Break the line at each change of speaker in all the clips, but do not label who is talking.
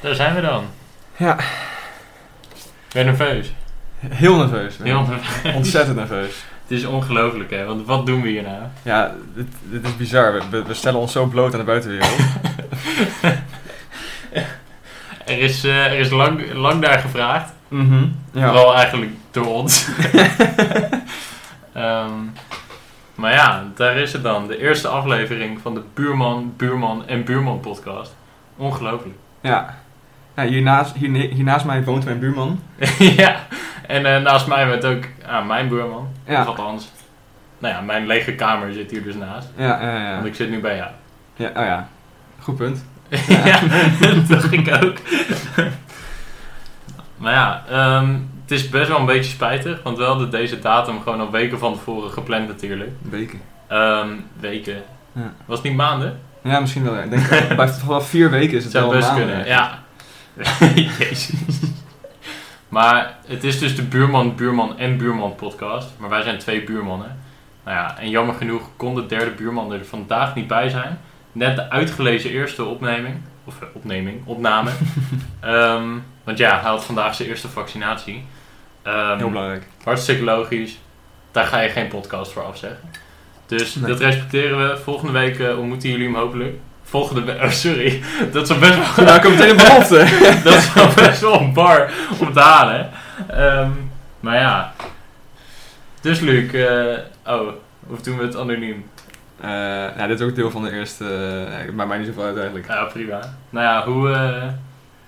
Daar zijn we dan.
Ja.
Ben je nerveus.
Heel nerveus. man.
Heel nerveus.
Ontzettend nerveus.
Het is ongelooflijk, hè? Want wat doen we hier nou?
Ja, dit, dit is bizar. We- We, we stellen ons zo bloot aan de buitenwereld.
Er is, eh, er is lang, lang daar gevraagd.
Mhm. Ja.
Vooral eigenlijk door ons. Ehm, maar ja, daar is het dan. De eerste aflevering van de Buurman, Buurman en Buurman podcast. Ongelooflijk.
ja. ja hiernaast, hier, hiernaast mij woont mijn buurman.
ja, en eh, naast mij werd ook ah, mijn buurman.
Ja.
Of althans, nou ja, mijn lege kamer zit hier dus naast.
Ja, ja, ja.
Want ik zit nu bij jou.
ja, oh ja. Goed punt.
Ja, dat dacht ik ook. maar ja, ehm, het is best wel een beetje spijtig. Want we hadden deze datum gewoon al weken van tevoren gepland natuurlijk.
Weken.
Ehm, weken.
Ja.
Was het niet maanden?
Ja, misschien wel. ja. Ik denk, eh, bij vanaf vier weken is
Het
het
zou
wel
best
maanden,
kunnen,
eigenlijk.
ja. Jezus. Maar het is dus de buurman, buurman en buurman podcast. Maar wij zijn twee buurmannen. Nou ja, en jammer genoeg kon de derde buurman er vandaag niet bij zijn. Net de uitgelezen eerste opneming. Of eh, opneming, opname. Ehm, want ja, hij had vandaag zijn eerste vaccinatie. Ehm,
Heel belangrijk.
Hartstikke logisch. Daar ga je geen podcast voor afzeggen. Dus
Nee.
dat respecteren we. Volgende week eh, ontmoeten jullie hem hopelijk. Volgende week... Oh, sorry. Dat is al best wel...
Nou, ik heb meteen een belofte.
dat is al best wel een bar om te halen. hè. Ehm, maar ja. Dus Luc... eh, oh, of doen we het anoniem?
Eh, ja, dit is ook deel van de eerste... eh, het maakt mij niet zoveel uit eigenlijk.
Ja, prima. Nou ja, hoe, eh,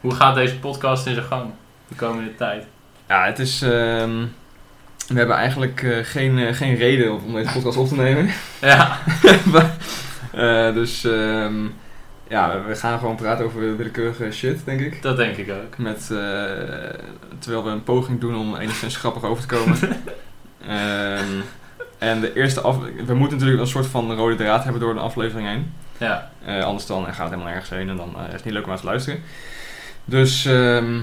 hoe gaat deze podcast in zijn gang? De komende tijd.
Ja, het is... ehm, we hebben eigenlijk eh, geen, eh, geen reden om deze podcast op te nemen.
Ja.
Eh, dus ehm, ja, we gaan gewoon praten over willekeurige shit, denk ik.
Dat denk ik ook.
Met, eh, terwijl we een poging doen om enigszins grappig over te komen. Ehm, en de eerste af... We moeten natuurlijk een soort van rode draad hebben door de aflevering heen.
Ja.
Eh, anders dan eh, gaat het helemaal nergens heen en dan eh, is het niet leuk om aan te luisteren. Dus ehm,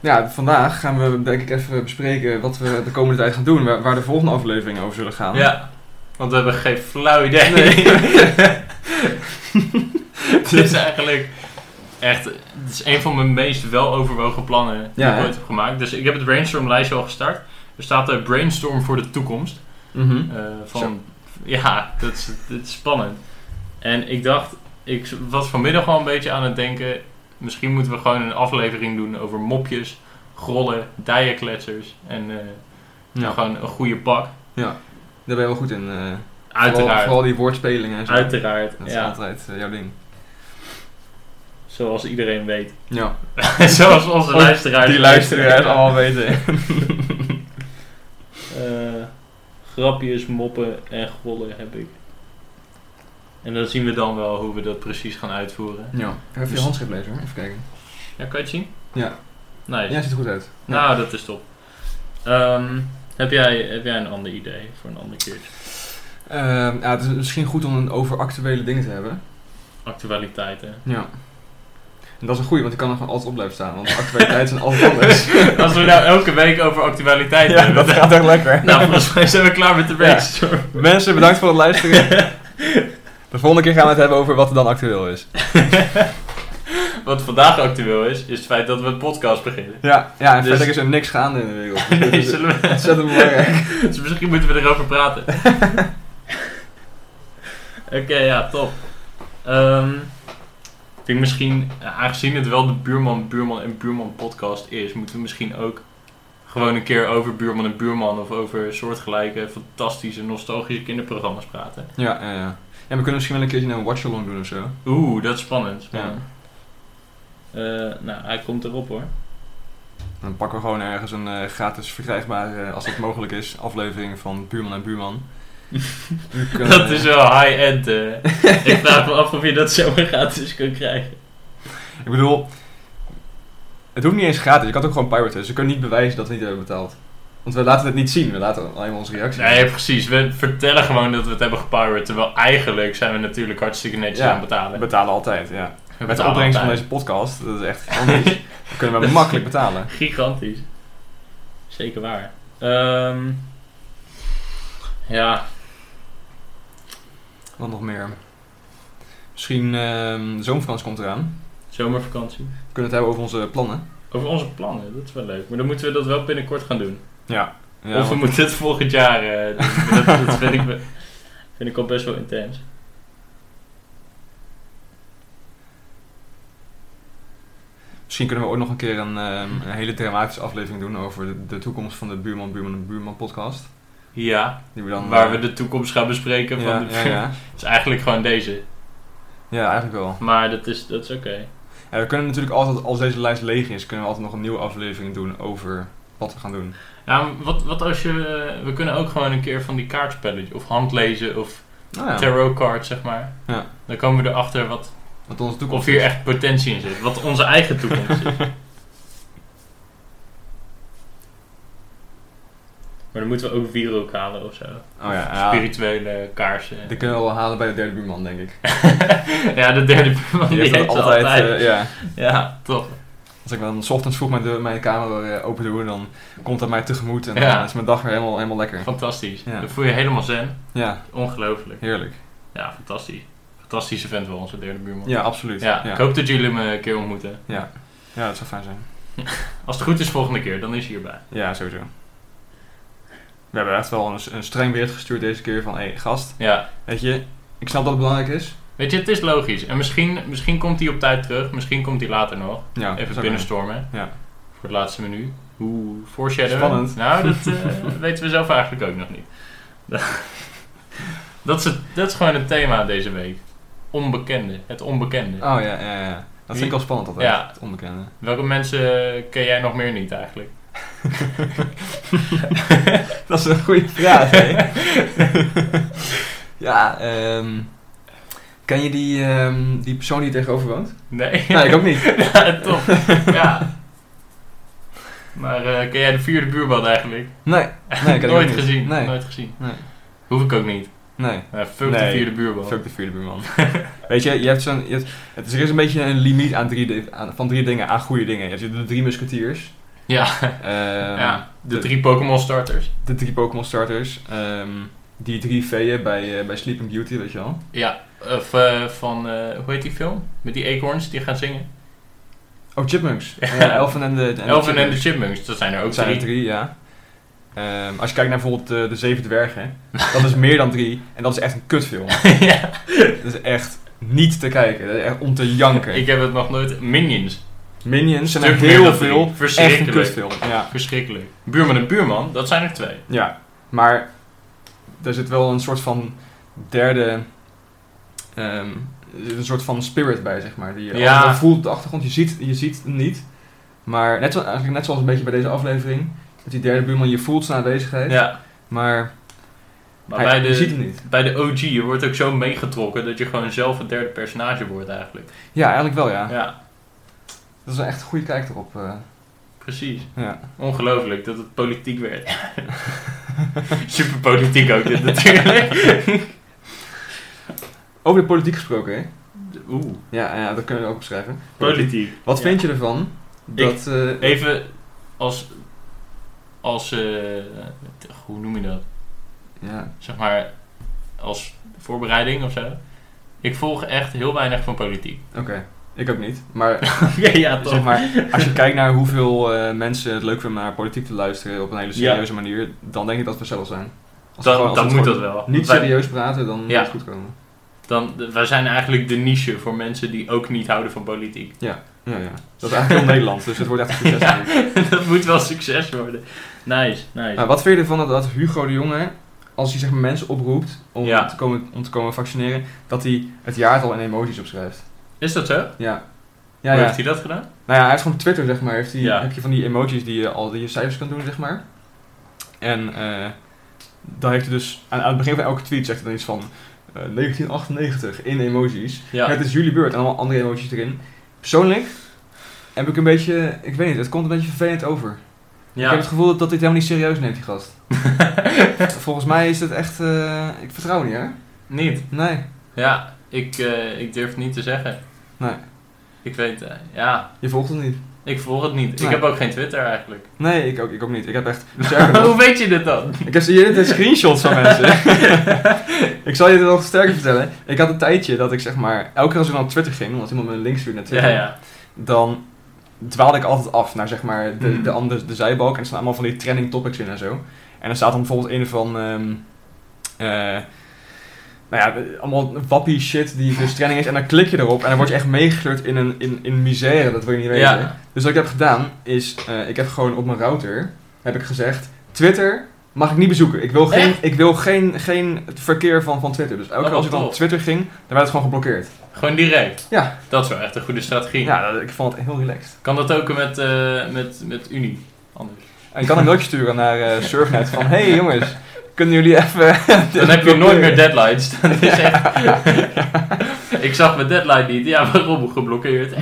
ja, vandaag gaan we denk ik even bespreken wat we de komende tijd gaan doen. Waar, waar de volgende afleveringen over zullen gaan.
Ja. Want we hebben geen flauw idee. Het is eigenlijk echt, het is een van mijn meest weloverwogen plannen die
Ja,
ik
hè?
ooit heb gemaakt. Dus ik heb het brainstorm lijstje al gestart. Er staat eh, brainstorm voor de toekomst.
Mhm.
Eh, van, ja, dat is, dat is spannend. En ik dacht, ik was vanmiddag al een beetje aan het denken. Misschien moeten we gewoon een aflevering doen over mopjes, grollen, dijenkletsers en eh,
Ja.
gewoon een goede pak.
Daar ben je wel goed in. eh. Vooral- Vooral,
Uiteraard.
die woordspelingen en zo.
Uiteraard.
Dat is
Ja,
altijd eh, jouw ding.
zoals iedereen weet.
Ja.
zoals onze luisteraars.
Die luisteraars allemaal weten.
Eh, grapjes, moppen en grollen heb ik. En dan zien we dan wel hoe we dat precies gaan uitvoeren.
Ja. Even
Dus-
je handschrift lezen hoor. Even kijken.
Ja, kan je het zien?
Ja.
Nice.
Ja, ziet er goed uit. Ja.
Nou, dat is top. Ehm, heb, jij, heb jij een ander idee voor een ander keertje?
Ehm, ja, het is misschien goed om een over actuele dingen te hebben.
Actualiteiten.
Ja. En dat is een goeie, want die kan er gewoon altijd op blijven staan. Want de actualiteit zijn altijd anders.
Als we nou elke week over actualiteiten
ja,
hebben.
dat gaat echt lekker.
Nou, volgens mij zijn we klaar met de brainstorm.
Mensen, bedankt voor het luisteren. De volgende keer gaan we het hebben over wat er dan actueel is.
Wat vandaag actueel is, is het feit dat we een podcast beginnen.
Ja, ja en
Dus-
verder is er niks gaande in de wereld.
Nee,
Dus
zullen we-
Ontzettend belangrijk.
Dus misschien moeten we erover praten. Oké, ja, top. Ehm, ik denk misschien, eh, aangezien het wel de Buurman, Buurman en Buurman podcast is, moeten we misschien ook gewoon een keer over Buurman en Buurman of over soortgelijke, fantastische, nostalgische kinderprogramma's praten.
Ja, ja, ja. En we kunnen misschien wel een keertje een watch-along doen of zo.
Oeh, dat is spannend.
Ja.
spannend. Eh, nou, hij komt erop hoor.
Dan pakken we gewoon ergens een eh, gratis verkrijgbare, eh, als dat mogelijk is, aflevering van Buurman en Buurman. eh, Dan kunnen
Dat
we-
is wel high-end. eh. ik vraag me af of je dat zomaar gratis kunt krijgen.
Ik bedoel, het hoeft niet eens gratis. Je kan het ook gewoon piraten. Dus we kunnen niet bewijzen dat we niet hebben betaald. Want we laten het niet zien. We laten alleen maar onze reactie.
Nee, precies. We vertellen gewoon dat we het hebben gepirate. Terwijl eigenlijk zijn we natuurlijk hartstikke netjes
Ja,
aan het betalen.
We betalen altijd, ja.
We
Met de
betalen
opbrengst van
altijd.
deze podcast, dat is echt gigantisch. Dan kunnen we makkelijk betalen.
Gigantisch. Zeker waar. Ehm, ja,
Wat nog meer? Misschien ehm de zomervakantie komt eraan.
Zomervakantie.
We kunnen het hebben over onze plannen.
Over onze plannen, dat is wel leuk. Maar dan moeten we dat wel binnenkort gaan doen.
Ja.
of we
want-
moeten het volgend jaar eh, doen. dat dat vind, ik, wel- vind ik al best wel intens.
Misschien kunnen we ook nog een keer een, ehm, een hele dramatische aflevering doen over de, de toekomst van de Buurman, Buurman en Buurman podcast.
Ja,
Die we dan,
waar
eh,
we de toekomst gaan bespreken. Van
ja,
de,
ja, ja.
Dat is eigenlijk gewoon deze.
ja, eigenlijk wel.
Maar dat is, dat is oké.
En we kunnen natuurlijk altijd, als deze lijst leeg is, kunnen we altijd nog een nieuwe aflevering doen over wat we gaan doen.
Nou, wat, wat als je... eh, We kunnen ook gewoon een keer van die kaartspelletje of handlezen of
Nou ja,
tarot cards, zeg maar.
Ja.
Dan komen we erachter wat,
wat onze
of
toekomst
hier
is.
echt potentie in zit. Wat onze eigen toekomst is. Maar dan moeten we ook wierook halen of zo.
Oh ja, ja.
Spirituele kaarsen.
Die kunnen we wel halen bij de derde buurman, denk ik.
ja, de derde buurman
Die
die,
heeft
heeft
dat
ze
altijd,
altijd.
eh, ja.
ja, toch.
Als ik dan 's ochtends vroeg mijn, deur- mijn kamer eh, open doe, dan komt dat mij tegemoet en dan
Ja.
is mijn dag weer helemaal, helemaal lekker.
Fantastisch.
Ja.
Dan voel je helemaal zen.
Ja,
Ongelooflijk.
heerlijk.
Ja, fantastisch. Fantastische vent wel, onze derde buurman.
Ja, absoluut.
Ja,
ja.
ik hoop dat jullie hem eh, een keer ontmoeten.
Ja, dat zou fijn zijn.
Als het goed is, volgende keer, dan is hij hierbij.
Ja, sowieso. We hebben echt wel een, een streng bericht gestuurd deze keer van, hé hey, gast,
Ja.
weet je, ik snap dat het belangrijk is.
Weet je, het is logisch. En misschien, misschien komt hij op tijd terug, misschien komt hij later nog.
Ja,
Even
zou
binnenstormen.
Ja.
Voor het laatste menu. Hoe foreshadow.
Spannend.
Nou, dat eh, weten we zelf eigenlijk ook nog niet. dat, is het, dat is gewoon het thema deze week. Onbekende. Het onbekende.
kunnen. Oh ja, ja, ja. Dat vind
Wie-
ik al spannend altijd,
Ja.
het onbekende.
Welke mensen eh, ken jij nog meer niet eigenlijk?
Dat is een goede vraag, hè? ja, ehm ken je die, ehm, die persoon die tegenover woont?
Nee.
Nee, ik ook niet.
ja, top. ja. Maar eh, ken jij de vierde buurman eigenlijk?
Nee, nee, ik ken
Nooit
ik ook niet.
gezien.
Nee,
Nooit gezien.
Nee.
Hoef ik ook niet.
nee.
Eh, fuck
Nee.
de vierde buurman.
Fuck de vierde buurman. Weet je, je hebt zo'n... je hebt- het is, er is een beetje een limiet aan drie, di- aan, van drie dingen, aan goede dingen. Je hebt de drie musketeers.
Ja.
ehm,
ja. De
de-
drie Pokémon starters.
De drie Pokémon starters. ehm, die drie veeën bij, eh, bij Sleeping Beauty, weet je wel.
Ja. Of eh, van, eh, hoe heet die film? Met die eekhoorns die gaan zingen.
Oh, Chipmunks.
Ja.
Ja, Elfen en de... En de
Elven en de
Chipmunks.
Chipmunks, dat zijn er ook
Dat zijn er
drie.
drie, ja. Ehm, als je kijkt naar bijvoorbeeld eh, de Zeven Dwergen, dat is meer dan drie. En dat is echt een kutfilm.
ja.
Dat is echt niet te kijken. Dat is echt om te janken.
Ik heb het nog nooit. Minions.
Minions zijn er
Stuk meer
heel
dan drie.
veel. Echt een
Verschrikkelijk.
kutfilm. Ja.
Verschrikkelijk. Buurman en buurman, dat zijn er twee.
ja, maar er zit wel een soort van derde... ehm, er zit een soort van spirit bij, zeg maar. Die je
Ja.
allemaal voelt op de achtergrond. Je ziet, je ziet hem niet. Maar net, zo, eigenlijk net zoals een beetje bij deze aflevering... Dat die derde buurman je voelt zijn aanwezigheid.
Ja.
Maar,
Maar
hij-
bij
je ziet
de,
hem niet.
bij de OG, je wordt ook zo meegetrokken dat je gewoon zelf het derde personage wordt eigenlijk.
Ja, eigenlijk wel, ja.
Ja,
Dat is wel echt een goede kijk erop. eh.
precies.
ja.
Ongelooflijk dat het politiek werd. Super politiek ook dit natuurlijk.
Over de politiek gesproken, hè?
Oeh,
Ja, ja, dat kunnen we ook beschrijven.
politiek.
Wat
Ja.
vind je ervan? Dat, eh,
Even als, als eh, hoe noem je dat?
Ja,
Zeg maar, als voorbereiding of zo. Ik volg echt heel weinig van politiek. Dus
oké. Ik ook niet. Maar,
ja, ja,
zeg maar als je kijkt naar hoeveel eh, mensen het leuk vinden om naar politiek te luisteren op een hele
Ja.
serieuze manier, dan denk ik dat we zelf zijn. Als we
Dan,
gewoon- als
dan
we
moet
gewoon
dat wel.
Niet
Wij-
serieus praten, dan
Ja.
moet het goed komen.
Dan, d- wij zijn eigenlijk de niche voor mensen die ook niet houden van politiek.
Ja, ja. Dat is eigenlijk heel Nederland, dus het wordt echt een succes.
Ja.
denk ik.
dat moet wel succes worden. Nice, nice.
Nou, wat vind je ervan dat, dat Hugo de Jonge, als hij zeg maar, mensen oproept om,
Ja.
te komen, om te komen vaccineren, dat hij het jaartal in emoties opschrijft?
Is dat zo?
Ja. Ja,
Hoe
ja.
heeft hij dat gedaan?
Nou ja, hij heeft gewoon op Twitter, zeg maar, heeft hij,
Ja.
heb je van die emojis die je al die je cijfers kan doen, zeg maar. En eh dan heeft hij dus, aan, aan het begin van elke tweet zegt hij dan iets van eh, 1998 in emojis.
Ja.
Het is jullie beurt en allemaal andere emojis erin. Persoonlijk heb ik een beetje, ik weet niet, het komt een beetje vervelend over. Ik heb het gevoel dat, dat dit helemaal niet serieus neemt, die gast. Volgens mij is het echt. eh, ik vertrouw niet, hè?
Niet.
Nee.
Ja, ik, eh, ik durf het niet te zeggen.
Nee.
Ik weet, eh, ja,
Je volgt het niet.
Ik volg het niet.
Nee.
Ik heb ook geen Twitter eigenlijk.
Nee, ik ook, ik ook niet. Ik heb echt... sterker nog,
Hoe weet je dit dan?
Ik heb hier de screenshots van mensen. ik zal je het nog sterker vertellen. Ik had een tijdje dat ik zeg maar... Elke keer als ik dan op Twitter ging, omdat iemand me een link stuurde naar
Ja,
Twitter...
ja.
Dan dwaalde ik altijd af naar zeg maar de,
Mhm.
de, andere, de zijbalk. En er staan allemaal van die trending topics in en zo. En er staat dan bijvoorbeeld een van... ehm, eh, nou ja, allemaal wappie shit die dus trending is. En dan klik je erop en dan word je echt meegesleurd in, een, in, in misère. Dat wil je niet weten.
ja.
Dus wat ik heb gedaan is, eh, ik heb gewoon op mijn router heb ik gezegd, Twitter mag ik niet bezoeken. Ik wil geen,
Echt?
ik wil geen, geen verkeer van, van Twitter. Dus elke
Oh,
keer als ik
wat
dan op
tof.
Twitter ging, dan werd het gewoon geblokkeerd.
Gewoon direct.
Ja.
Dat is wel echt een goede strategie.
Ja, dat- ik vond het heel relaxed.
Kan dat ook met, eh, met, met Unie? Anders.
En ik kan een mailtje sturen naar eh, Surfnet van, hey jongens, kunnen jullie even...
Dan heb je nooit meer deadlines. Dat is echt... ik zag mijn deadline niet. Ja, waarom? Geblokkeerd.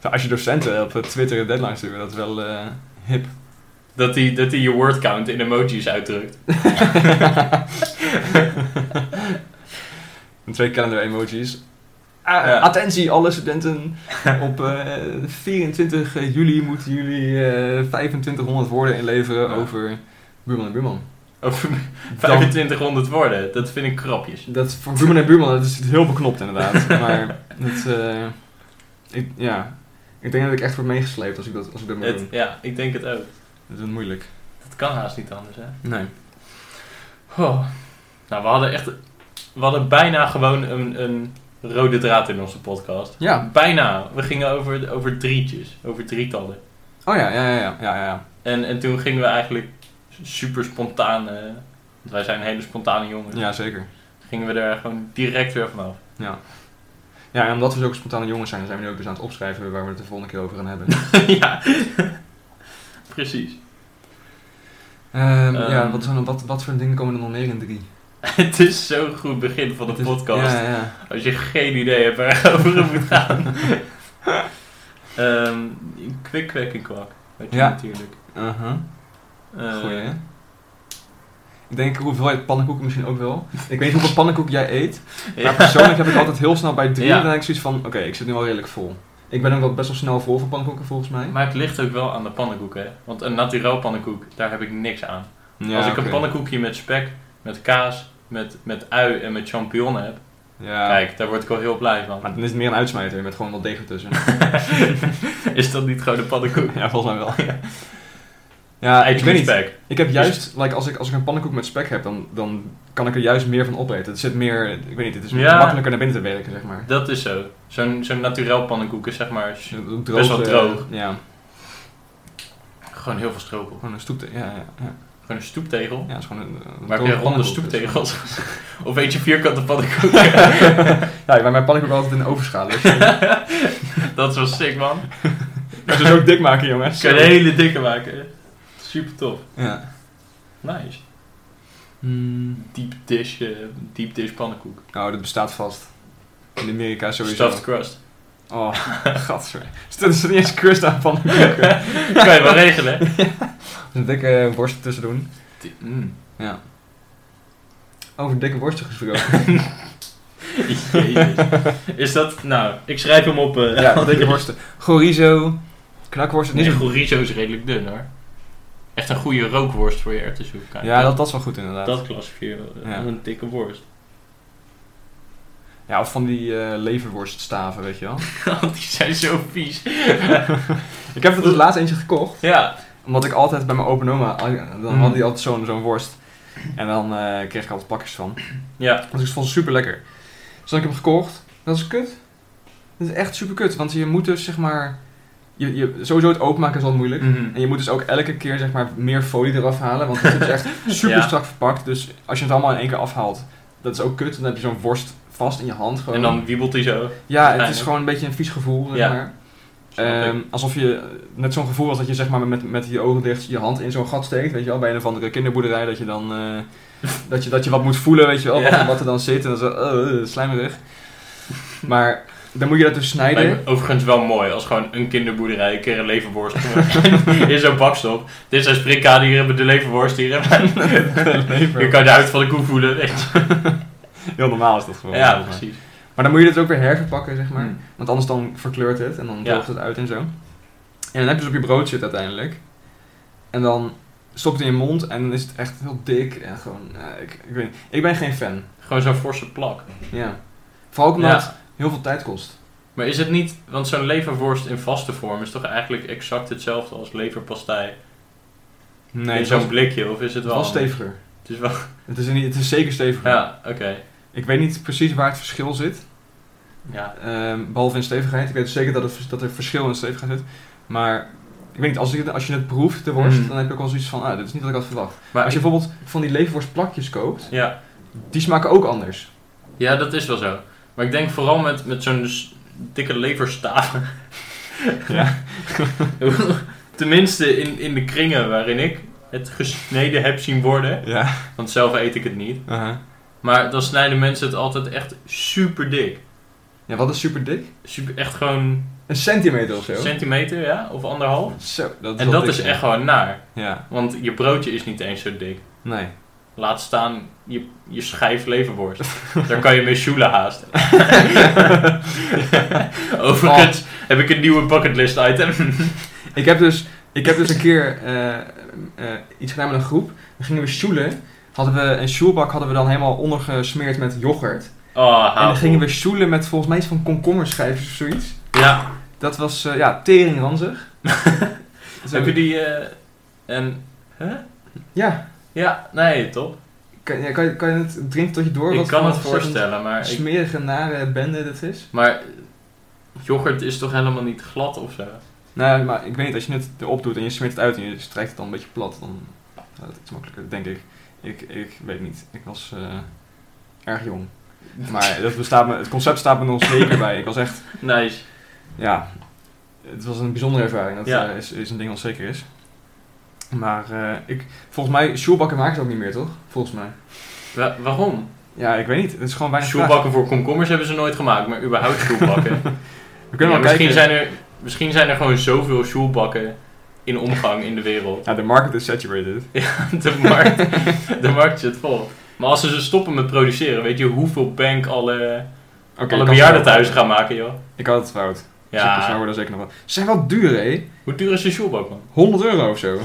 Nou, als je docenten op Twitter een deadline sturen, dat is wel eh, hip.
Dat hij dat die je wordcount in emojis uitdrukt.
En twee calendar emojis. Ah,
Ja.
Attentie alle studenten. Op eh, 24 juli moeten jullie eh 2500 woorden inleveren
Ja.
over buurman en buurman.
Over
Dan,
2500 woorden. Dat vind ik krapjes.
dat, voor buurman en buurman dat is heel beknopt inderdaad. maar dat, eh, ik, ja. ik denk dat ik echt word meegesleept als ik dat, als ik dat moet
Het,
doen.
ja, ik denk het ook.
Dat is moeilijk.
Dat kan haast niet anders, hè?
Nee.
Oh. Nou, we hadden echt... We hadden bijna gewoon een, een rode draad in onze podcast.
Ja.
Bijna. We gingen over, over drietjes. Over drietallen.
Oh ja, ja, ja, ja. ja, ja, ja.
En, en toen gingen we eigenlijk super spontaan... eh, want wij zijn hele spontane jongens.
ja zeker.
Gingen we er gewoon direct weer vanaf.
Ja, en omdat we zulke spontane jongens zijn, zijn we nu ook dus aan het opschrijven waar we het de volgende keer over gaan hebben.
ja. Precies.
Ehm,
Ehm.
ja, wat, zijn- wat, wat voor dingen komen er nog meer in drie?
Het is zo'n goed begin van de
Het is-
podcast.
Ja, ja.
Als je geen idee hebt waar het over moet gaan. Ehm kwik, kwek en kwak. Weet je
Ja.
natuurlijk.
Uh-huh.
Eh,
Goeie, hè? Ik denk hoeveelheid pannenkoeken misschien ook wel. Ik weet niet hoeveel pannenkoek jij eet. Maar persoonlijk heb ik altijd heel snel bij drie.
Ja.
Dan denk ik zoiets van, oké, ik zit nu al redelijk vol. Ik ben ook wel best wel snel vol van pannenkoeken volgens mij.
Maar het ligt ook wel aan de pannenkoek, hè. Want een naturel pannenkoek, daar heb ik niks aan.
Ja,
Als ik
oké.
een pannenkoekje met spek, met kaas, met, met ui en met champignon heb...
Ja.
Kijk, daar word ik al heel blij van.
Maar dan is het meer een uitsmijter met gewoon wat deeg ertussen.
is dat niet gewoon een pannenkoek?
ja, volgens mij wel. Ja, ik
Eitje
weet
met
niet.
spek.
Ik heb juist, like, als, ik, als ik een pannenkoek met spek heb, dan, dan kan ik er juist meer van opeten. Het zit meer, ik weet niet, het is
Ja.
makkelijker naar binnen te werken, zeg maar.
Dat is zo. Zo'n zo'n naturel pannenkoek is zeg maar... s-
Droog,
Best wel
eh,
droog.
Ja,
Gewoon heel veel stroop op.
gewoon een stoeptegel. Ja, ja, ja.
Gewoon een stoeptegel.
ja, het is gewoon een, een
Maar heb
droge
je ronde
pannenkoek, dus-
stoeptegels? of eet je vierkante pannenkoek?
Ja, bij mijn pannenkoek altijd in de overschaal. Dus
dat was sick, man.
moet ze zo dik maken, jongens.
Ik kan een hele dikke maken. Super tof.
Ja.
Nice. Deep dish, eh, deep dish pannenkoek.
Nou, dat bestaat vast. In Amerika sowieso.
Stuffed crust.
Oh, gadver. Dus dat is niet eens crust aan pannenkoeken.
kan je wel regelen. hè?
Dus een dikke worst tussen doen.
Die- mm.
Over dikke worsten gesproken.
Jezus. Is dat... Nou, ik schrijf hem op. eh
ja, dikke worsten. Chorizo. Knakworsten. Niet
Nee,
zo goed.
chorizo is redelijk dun, hoor. Echt een goede rookworst voor je erwtensoep. Kijk,
Ja, dat, dat is wel goed inderdaad.
Dat klassificeer je wel, eh,
Ja.
als een dikke worst.
Ja, of van die eh leverworststaven, weet je wel.
Want die zijn zo vies.
ik heb er dus laatst eentje gekocht.
Ja.
Omdat ik altijd bij mijn open oma, eh, dan
Mm.
had hij altijd zo'n zo'n worst. En dan eh, kreeg ik altijd pakjes van.
Ja.
Dus ik vond het super lekker. Dus dan heb ik hem gekocht. Dat is kut. Dat is echt super kut. Want je moet dus zeg maar. Je, je, sowieso het openmaken is al moeilijk.
Mhm.
En je moet dus ook elke keer zeg maar meer folie eraf halen. Want het is dus echt super
Ja.
strak verpakt. Dus als je het allemaal in één keer afhaalt, dat is ook kut. Dan heb je zo'n worst vast in je hand. Gewoon.
En dan wiebelt hij zo.
ja, het is
Eindelijk.
gewoon een beetje een vies gevoel. Zeg
Ja.
maar. Ehm, alsof je eh, net zo'n gevoel als dat je zeg maar met, met je ogen dicht je hand in zo'n gat steekt, weet je wel, bij een of andere kinderboerderij, dat je dan eh, dat, je, dat je wat moet voelen, weet je wel,
Ja.
wat, wat er dan zit en dan zo, eh, slijmerig. Maar dan moet je dat dus snijden.
Lijkt me overigens wel mooi als gewoon een kinderboerderij een keer een leverworst in zo'n bakstop. Dit zijn sprinkhanen, hier hebben we de leverworst, hier hebben we...
Lever.
Hier kan je de huid van de koe voelen, weet je.
Heel normaal is dat gewoon.
Ja,
zeg maar.
precies.
Maar dan moet je het ook weer herverpakken, zeg maar.
Mm.
Want anders dan verkleurt het en dan
Ja.
droogt het uit en zo. En dan heb je het op je brood zitten uiteindelijk. En dan stopt het in je mond en dan is het echt heel dik. En gewoon, eh, ik, ik, weet niet. ik ben geen fan.
Gewoon zo'n forse plak.
Ja. Vooral ook omdat
Ja.
het heel veel tijd kost.
Maar is het niet, want zo'n leverworst in vaste vorm is toch eigenlijk exact hetzelfde als leverpastei
Nee,
in
het
zo'n
was,
blikje? Of is het
het
wel...
was steviger.
Het is wel...
Het is, niet, het is zeker steviger.
Ja, oké.
Ik weet niet precies waar het verschil zit.
Ja.
ehm, behalve in stevigheid. Ik weet zeker dat, het, dat er verschil in stevigheid zit. Maar ik weet niet, als, ik, als je het proeft, de worst,
Mm.
dan heb je ook al zoiets van, ah, dit is niet wat ik had verwacht.
Maar
als je bijvoorbeeld van die leverworstplakjes koopt,
ja.
die smaken ook anders.
Ja, dat is wel zo. Maar ik denk vooral met, met zo'n s- dikke leverstaven.
Ja.
Tenminste in, in de kringen waarin ik het gesneden heb zien worden.
Ja.
Want zelf eet ik het niet. Maar dan snijden mensen het altijd echt super dik.
Ja, wat is super dik?
Super, echt gewoon
Een centimeter of zo.
een centimeter, ja? Of anderhalf.
zo, dat
en
wel
dat
dik, ja.
is echt gewoon naar.
Ja,
Want je broodje is niet eens zo dik.
nee.
Laat staan je, je schijf leverworst. Daar kan je mee shoelen haasten. Overigens heb ik een nieuwe bucketlist item.
Ik heb dus, ik heb dus een keer eh, eh, iets gedaan met een groep. Dan gingen we sjoelen. Hadden we een sjoelbak hadden we dan helemaal ondergesmeerd met yoghurt.
Oh,
En dan
haal.
gingen we sjoelen met volgens mij iets van komkommerschijfjes of zoiets.
Ja,
Dat was, eh, ja, teringranzig. Dus
heb je die... eh, en... Huh?
Ja,
Ja, nee, top.
kan, ja, kan, je- kan je het drinken tot je door?
ik
wat
kan
voor
het voorstellen, maar... Ik,
Smerige, nare bende dat is.
maar yoghurt is toch helemaal niet glad of zo?
Nou, maar ik weet niet, als je het erop doet en je smeert het uit en je strijkt het dan een beetje plat, dan gaat het iets makkelijker, denk ik. Ik, ik weet niet. Ik was eh, erg jong. Maar dat bestaat me, het concept staat me nog zeker bij. Ik was echt,
Nice.
ja, het was een bijzondere ervaring. Dat
Ja.
eh, is, is een ding wat zeker is. Maar eh, ik, volgens mij, sjoelbakken maken ze ook niet meer, toch? Volgens mij.
Wa- waarom?
Ja, ik weet niet. Het is gewoon weinig vraag.
Sjoelbakken voor komkommers hebben ze nooit gemaakt, maar überhaupt sjoelbakken.
We kunnen wel
Ja, misschien,
kijken.
zijn er, misschien zijn er gewoon zoveel sjoelbakken in omgang in de wereld.
Ja, de market is saturated.
Ja, de markt, de markt zit vol. Maar als ze ze stoppen met produceren, weet je hoeveel bank alle,
Oké,
alle
ik had-
bejaarden thuis gaan maken, joh?
Ik had het fout. Ja. Ze
Ja,
worden zeker nog wel. Ze zijn wel duur, hè?
hoe duur is een sjoelbak, man?
100 euro of zo.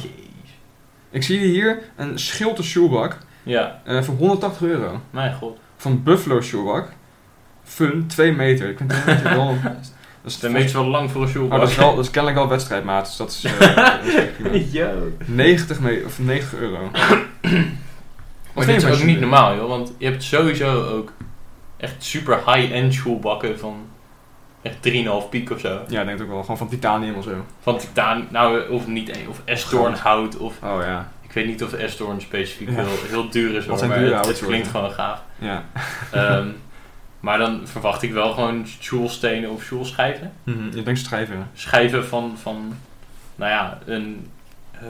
Ik zie hier een schilte shoebak
Ja,
eh, voor 180 euro.
mijn god.
Van Buffalo shoebak. Fun, 2 meter. Ik vind 2 meter wel... Dat is,
Ten meter wel lang voor een
Oh,
sjoelbak.
dat, is wel, dat is kennelijk wel wedstrijdmaat, dus dat is... eh, dat is echt prima.
Yo.
90, me- of 90 euro.
Maar
vind
dit
je
is ook
van
niet
sjoel?
normaal, joh. Want je hebt sowieso ook echt super high-end sjoelbakken van echt 3,5 piek of zo.
Ja, ik denk het ook wel. Gewoon van titanium of zo.
Van titaan, nou, of niet, of esdoorn hout, of...
Oh ja.
Ik weet niet of esdoorn specifiek
Ja.
heel, heel duur is,
Wat
hoor,
zijn
maar
dure
het, het
houtsoorten?
klinkt gewoon gaaf.
Ja.
Ehm, maar dan verwacht ik wel gewoon sjoelstenen of sjoelschijven.
Ik denk schrijven.
Schijven van, van nou ja, een, eh,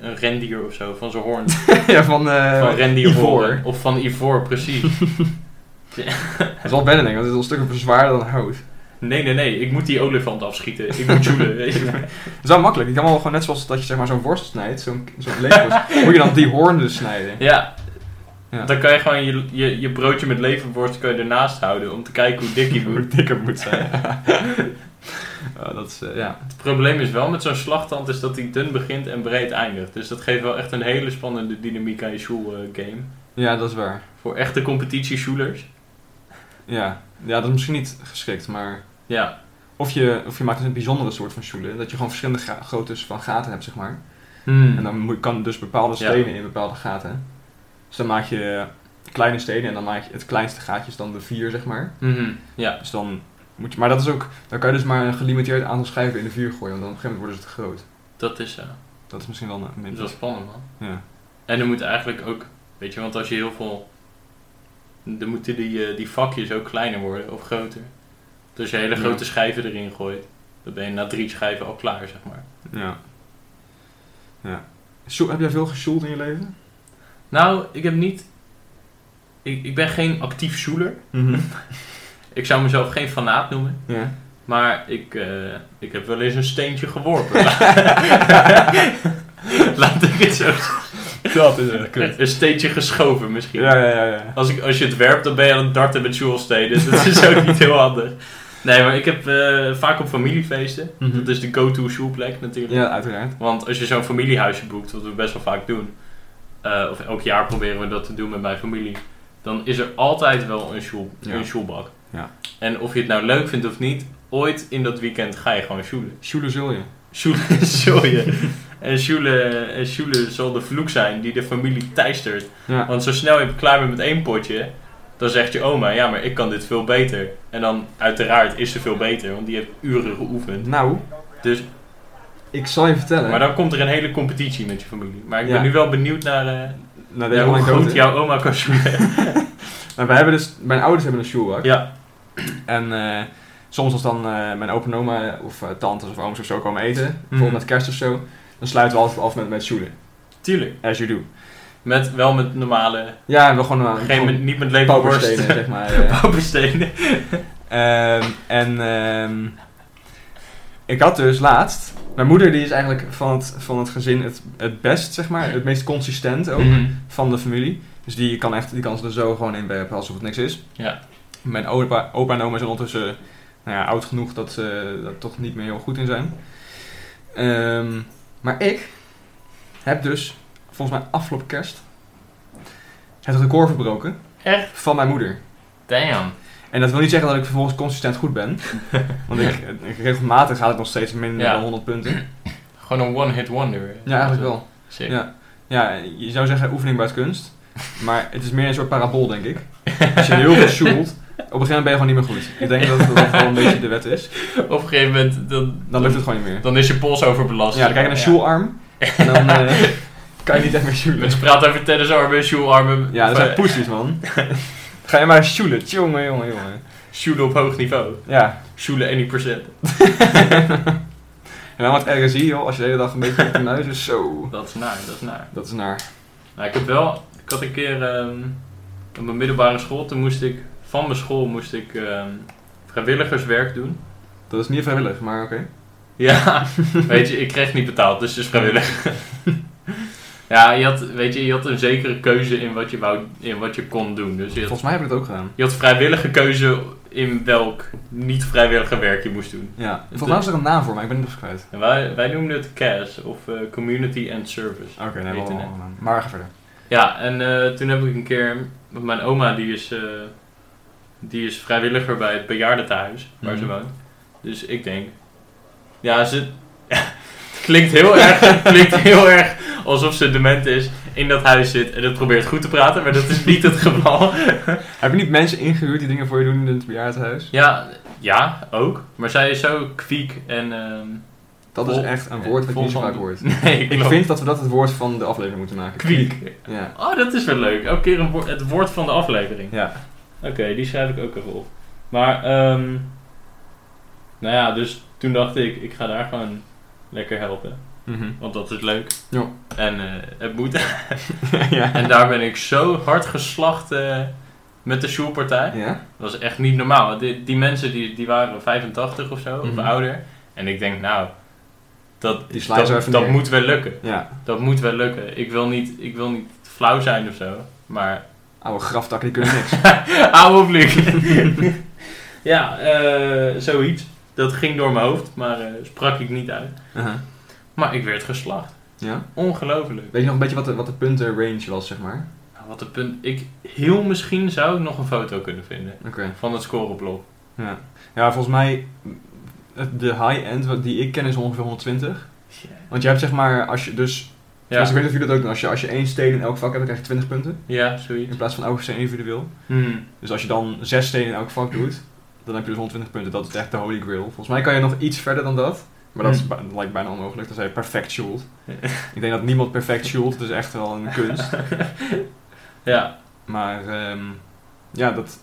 een rendier of zo, van zijn hoorn.
ja, van... eh
van rendier
ivoor.
Of van ivoor, precies.
Dat is wel bellen, denk ik, want het is al stukken zwaarder dan hout.
nee, nee, nee, ik moet die olifant afschieten. Ik moet joelen. weet je wel.
Dat is wel makkelijk. Je kan wel gewoon net zoals dat je zeg maar zo'n worst snijdt, zo'n zo'n leverworst, moet je dan die hoorn dus snijden.
ja.
Ja.
Dan kan je gewoon je, je, je broodje met leverworst kan je ernaast houden om te kijken hoe dik die moet.
Hoe dikker moet zijn. Eh, dat is, eh, ja.
Het probleem is wel met zo'n slagtand is dat hij dun begint en breed eindigt. Dus dat geeft wel echt een hele spannende dynamiek aan je shoel eh, game.
ja, dat is waar.
Voor echte competitie-shoelers.
Ja. ja, dat is misschien niet geschikt, maar...
Ja.
Of je, of je maakt een bijzondere soort van sjoelen, dat je gewoon verschillende gra- groottes van gaten hebt, zeg maar.
Hmm.
En dan moet, kan dus bepaalde
Ja.
stenen in bepaalde gaten. Dus dan maak je kleine stenen en dan maak je het kleinste gaatje is dan de vier, zeg maar.
Mhm, Ja.
Dus dan moet je, maar dat is ook, dan kan je dus maar een gelimiteerd aantal schijven in de vier gooien, want dan op een gegeven moment worden ze te groot.
dat is zo.
Dat is misschien wel een
Dat is
minder.
wel spannend, man.
Ja.
En er moet eigenlijk ook, weet je, want als je heel veel. Dan moeten die, eh, die vakjes ook kleiner worden of groter. Dus als je hele
Ja.
grote schijven erin gooit, dan ben je na drie schijven al klaar, zeg maar.
ja. ja. Sjo- heb jij veel gesjoeld in je leven?
Nou, ik heb niet. Ik, ik ben geen actief shoeler. Ik zou mezelf geen fanaat noemen.
Ja.
Maar ik, eh, ik heb wel eens een steentje geworpen. Laat ik het zo zeggen.
Dat is echt
Een steentje geschoven misschien.
Ja, ja, ja. ja.
Als, ik, als je het werpt, dan ben je aan het darten met Jules Dus dat is ook niet heel handig. Nee, maar ik heb eh, vaak op familiefeesten.
Mhm.
Dat is de go-to shoelplek natuurlijk.
Ja, uiteraard.
Want als je zo'n familiehuisje boekt, wat we best wel vaak doen, eh, of elk jaar proberen we dat te doen met mijn familie, dan is er altijd wel een, shoel,
Ja.
een shoelbak.
Ja.
En of je het nou leuk vindt of niet, ooit in dat weekend ga je gewoon shoelen.
Sjoelen zul je.
Shoelen zul je. En shoelen, en shoelen zal de vloek zijn die de familie teistert.
Ja.
Want zo snel je klaar bent met één potje, dan zegt je oma, ja maar ik kan dit veel beter. En dan uiteraard is ze veel beter, want die heeft uren geoefend.
Nou,
Dus
ik zal je vertellen.
maar dan komt er een hele competitie met je familie. Maar ik ben
Ja.
nu wel benieuwd naar, eh,
nou,
naar
deze
hoe
anekdote.
goed jouw oma kan shoelen.
Nou, wij hebben dus, mijn ouders hebben een sjoelbak.
ja.
En eh, soms als dan eh, mijn opa en oma of eh, tantes of ooms of zo komen
Mhm.
eten, bijvoorbeeld met kerst of zo, dan sluiten we altijd af met, met sjoelen.
Tuurlijk.
As you do.
Met, wel met normale,
Ja, we gewoon een
geen, met- niet met leverworst.
pauperstenen, zeg maar. eh.
Pauperstenen.
Ehm, en ehm, ik had dus laatst... Mijn moeder die is eigenlijk van het, van het gezin het, het best, zeg maar. Het meest consistent ook
Mhm.
van de familie. Dus die kan, echt, die kan ze er zo gewoon in werpen alsof het niks is.
Ja.
Mijn opa, opa en oma zijn ondertussen nou ja, oud genoeg dat ze daar toch niet meer heel goed in zijn. Ehm, maar ik heb dus volgens mij afgelopen kerst het record verbroken
Echt?
van mijn moeder.
Damn.
En dat wil niet zeggen dat ik vervolgens consistent goed ben. Want ik, ik- regelmatig gaat het nog steeds minder
Ja.
dan 100 punten.
Gewoon een one-hit wonder.
Ja, eigenlijk wel.
Sick.
Ja. Ja, je zou zeggen oefening buiten kunst. Maar het is meer een soort parabool, denk ik. Als je heel veel sjoelt, op een gegeven moment ben je gewoon niet meer goed. Ik denk dat dat wel een beetje de wet is.
Op een gegeven moment, dan,
Dan lukt het gewoon niet meer.
dan is je pols overbelast.
Ja, dan kijk je naar
Ja.
sjoelarm. En dan eh, kan je niet echt meer sjoelen.
Mensen Dus praten over tennisarmen en shoearmen.
Ja, dat
Of,
zijn
eh,
poesjes, man. Ga je maar sjoelen. Jongen, jongen, jongen.
Shoelen op hoog niveau.
Ja,
Shoelen 1%.
en dan wat RSI, joh. Als je de hele dag een beetje op de neus is, zo.
Dat is naar, dat is naar.
Dat is naar.
Nou, ik heb wel, ik had een keer ehm, op mijn middelbare school, toen moest ik, van mijn school moest ik ehm, vrijwilligerswerk doen.
Dat is niet vrijwillig, maar oké.
Ja, weet je, ik kreeg niet betaald, dus het is vrijwillig. ja, je had, weet je, je had een zekere keuze in wat je, wou, in wat je kon doen. Dus je had,
Volgens mij hebben we dat ook gedaan.
je had vrijwillige keuze in welk niet-vrijwillige werk je moest doen.
Ja. Volgens mij was er een naam voor, maar ik ben het even kwijt.
En wij, wij noemden het CAS, of eh, Community and Service.
Oké, nee,
Heet
we
het,
hebben
hè?
allemaal gedaan. Maar ga verder.
Ja, en eh, toen heb ik een keer, want mijn oma die is, eh, die is vrijwilliger bij het bejaardentehuis, waar ze
Mhm.
woont. Dus ik denk, ja, ze klinkt heel erg, klinkt heel erg alsof ze dement is, in dat huis zit en het probeert goed te praten, maar dat is niet het geval.
Heb je niet mensen ingehuurd die dingen voor je doen in het bejaardenhuis?
ja, ja, ook, maar zij is zo kwiek en... ehm,
Dat is
Vol- eh,
echt een woord dat
vol
niet zo
van-
vaak hoort.
Nee,
Ik
klopt.
vind dat we dat het woord van de aflevering moeten maken.
kwiek.
Ja.
Oh, dat is wel leuk. Elke keer een woord- het woord van de aflevering.
Ja.
Oké, die schrijf ik ook even op. Maar, ehm nou ja, dus toen dacht ik, ik ga daar gewoon lekker helpen.
Mhm.
Want dat is leuk.
Ja.
En eh, het moet.
ja.
en daar ben ik zo hard geslacht eh, met de shoelpartij.
Ja?
Dat was echt niet normaal. want Die, die mensen die, die waren 85 of zo,
Mhm.
of ouder. En ik denk, nou, dat,
Die slaan zo
dat,
even
dat
neer.
moet wel lukken.
Ja.
Dat moet wel lukken. Ik wil niet, ik wil niet flauw zijn of zo. Maar
Oude graftak, die kunnen niks.
Oude vlieg. ja, eh, zoiets. Dat ging door mijn hoofd, maar eh, sprak ik niet uit.
Aha.
Maar ik werd geslacht.
Ja?
Ongelooflijk.
Weet je nog een beetje wat de, wat de puntenrange was, zeg maar?
Nou, Wat een punt. Ik, heel misschien zou ik nog een foto kunnen vinden
Oké.
van het scoreblok.
Ja. Ja, volgens mij, het- de high-end wat- die ik ken is ongeveer 120. Want je hebt zeg maar, als je dus... Dus ik
Ja,
weet niet of jullie dat ook doen. Als je, als je één steen in elk vak hebt, dan krijg je 20 punten.
ja zoiets.
In plaats van elke steen individueel.
Hmm.
Dus als je dan zes stenen in elk vak doet, dan heb je dus 120 punten. Dat is echt de holy grail. Volgens mij kan je nog iets verder dan dat. Maar dat is
Hmm.
bij- lijkt bijna onmogelijk. Dan zijn je perfect shoot. Ik denk dat niemand perfect shoot. Het is echt wel een kunst.
Ja.
Maar ehm, ja, dat,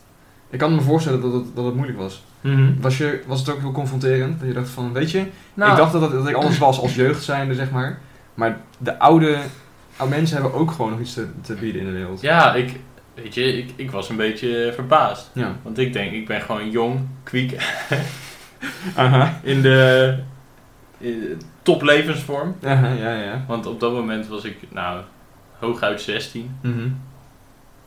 ik kan me voorstellen dat het, dat het moeilijk was.
Mhm.
Was, je, was het ook heel confronterend? Dat je dacht van, weet je,
Nou,
ik dacht dat, dat, dat ik anders was als jeugd zijnde, zeg maar. Maar de oude, oude mensen hebben ook gewoon nog iets te, te bieden in de wereld.
Ja, ik, weet je, ik, ik was een beetje eh, verbaasd.
Ja.
Want ik denk, ik ben gewoon jong, kwiek,
Aha.
in de in, toplevensvorm.
Aha, ja, ja.
Want op dat moment was ik, nou, hooguit 16.
Mhm.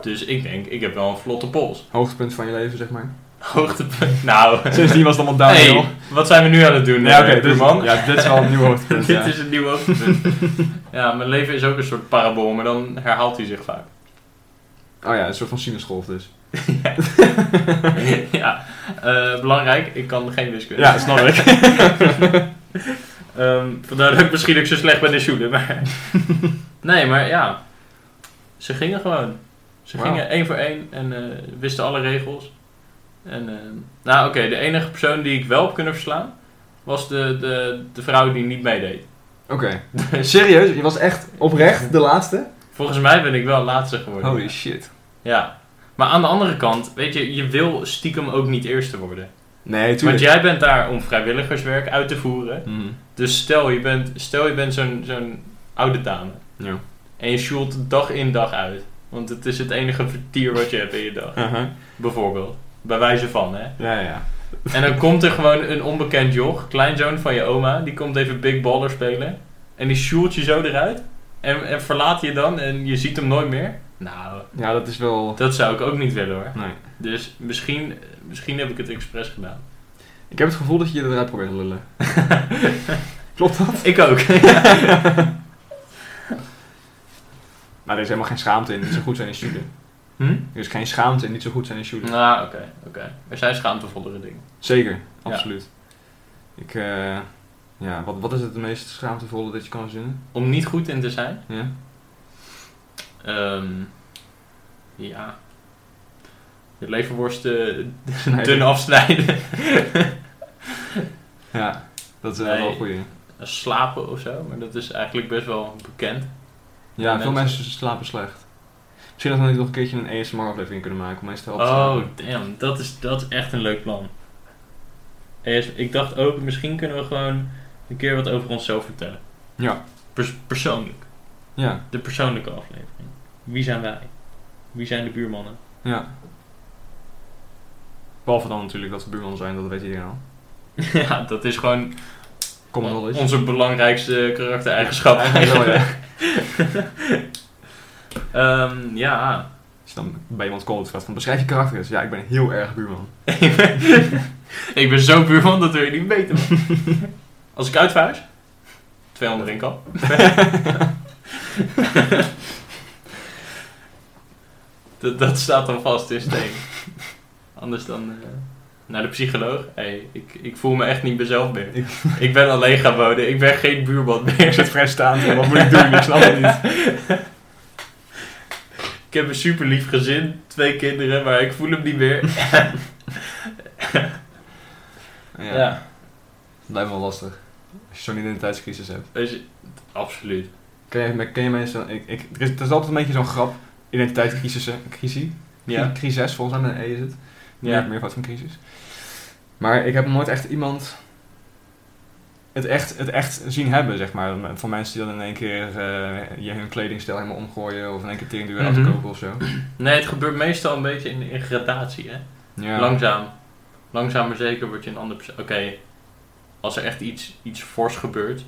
Dus ik denk, ik heb wel een vlotte pols.
Hoogtepunt van je leven, zeg maar.
Hoogtepunt. Nou,
Sindsdien was het allemaal downhill.
hey, wat zijn we nu aan het doen,
ja, oké, dus,
eh, buurman?
ja, dit is wel een nieuw hoogtepunt.
Dit
ja.
is het nieuwe hoogtepunt. ja, mijn leven is ook een soort parabool, maar dan herhaalt hij zich vaak.
Oh ja, een soort van sinusgolf dus.
ja, eh, belangrijk, ik kan geen wiskunde.
Ja, snap ik.
Ehm, vandaar dat ik misschien ook zo slecht ben in Sjoelen, maar... nee, maar ja. Ze gingen gewoon. Ze
Wauw.
gingen één voor één en eh, wisten alle regels. En, ehm, nou oké, de enige persoon die ik wel heb kunnen verslaan... was de, de, de vrouw die niet meedeed.
Oké. Serieus, je was echt oprecht de laatste?
Volgens mij ben ik wel laatste geworden.
Holy shit.
Ja. Maar aan de andere kant, weet je, je wil stiekem ook niet eerste worden.
Nee,
Want
tuurlijk.
jij bent daar om vrijwilligerswerk uit te voeren.
Hmm.
Dus stel je bent, stel je bent zo'n zo'n oude dame.
Ja.
En je sjoelt dag in dag uit. Want het is het enige vertier wat je hebt in je dag.
Uh-huh.
Bijvoorbeeld. Bij wijze van, hè.
Ja, ja.
En dan komt er gewoon een onbekend joch, kleinzoon van je oma. Die komt even big baller spelen. En die sjoelt je zo eruit. En, en verlaat je dan en je ziet hem nooit meer. Nou,
Ja, dat is wel...
dat zou ik ook niet willen hoor.
Nee.
Dus misschien, misschien heb ik het expres gedaan.
Ik heb het gevoel dat je je eruit probeert te lullen. Klopt dat?
Ik ook.
Maar er is helemaal geen schaamte in, niet zo goed zijn in shooten.
Hm?
Er is geen schaamte in, niet zo goed zijn in shooten.
Nou, oké. oké. Er zijn schaamtevollere dingen.
Zeker, absoluut. Ik, eh... Ja, wat, wat is het meest schaamtevolle dat je kan verzinnen?
Om niet goed in te zijn.
Ja?
Ehm ja. De leverworst eh,
Nee.
dun afsnijden.
Ja, dat is eh,
Nee.
wel een goeie.
Slapen of zo, maar dat is eigenlijk best wel bekend.
Ja,
Mensen-
veel mensen slapen slecht. Misschien dat we nog een keertje een ASMR-aflevering kunnen maken om mensen te helpen
Oh,
slapen.
damn, dat is, dat is echt een leuk plan. Eerst- ik dacht ook, misschien kunnen we gewoon een keer wat over onszelf vertellen.
Ja.
Pers- persoonlijk.
Ja,
De persoonlijke aflevering. Wie zijn wij? Wie zijn de buurmannen?
ja. Behalve dan natuurlijk dat we buurman zijn, dat weet iedereen al.
ja, dat is gewoon
Kom maar wel eens.
onze belangrijkste karaktereigenschap.
Eigenlijk wel, ja.
Ehm, ja,
Als je dan bij iemand komt vraagt van beschrijf je karakter eens. Ja, ik ben heel erg buurman.
ik ben- ik ben zo buurman, dat wil je niet weten. man. Als ik uitvuis, 200 in kan. dat, dat staat dan vast in steen. Anders dan eh, naar de psycholoog. Hey, ik, ik voel me echt niet mezelf meer.
Ik-
Ik ben alleen gaan wonen, ik ben geen buurman
Ik
meer.
zit vrijstaand, wat moet ik doen? Ik snap het niet.
Ik heb een super lief gezin, twee kinderen, maar ik voel hem niet meer.
Ja, Dat blijft wel lastig. Als je zo'n identiteitscrisis hebt.
Weet je, absoluut.
Ken je, ken je mensen... Ik, ik, er, is, er is altijd een beetje zo'n grap. Identiteitscrisis. Crisis.
Ja.
Crisis, volgens mij met een E is het.
Ja.
Ja. Meer fout van crisis. Maar ik heb nog nooit echt iemand het echt, het echt zien hebben, zeg maar. Van mensen die dan in één keer eh, je hun kledingstijl helemaal omgooien of in één keer teringduur
Mhm.
afkopen of zo.
Nee, het gebeurt meestal een beetje in, in gradatie, hè?
Ja.
Langzaam. Langzaam maar zeker word je een ander persoon. Oké, als er echt iets, iets fors gebeurt,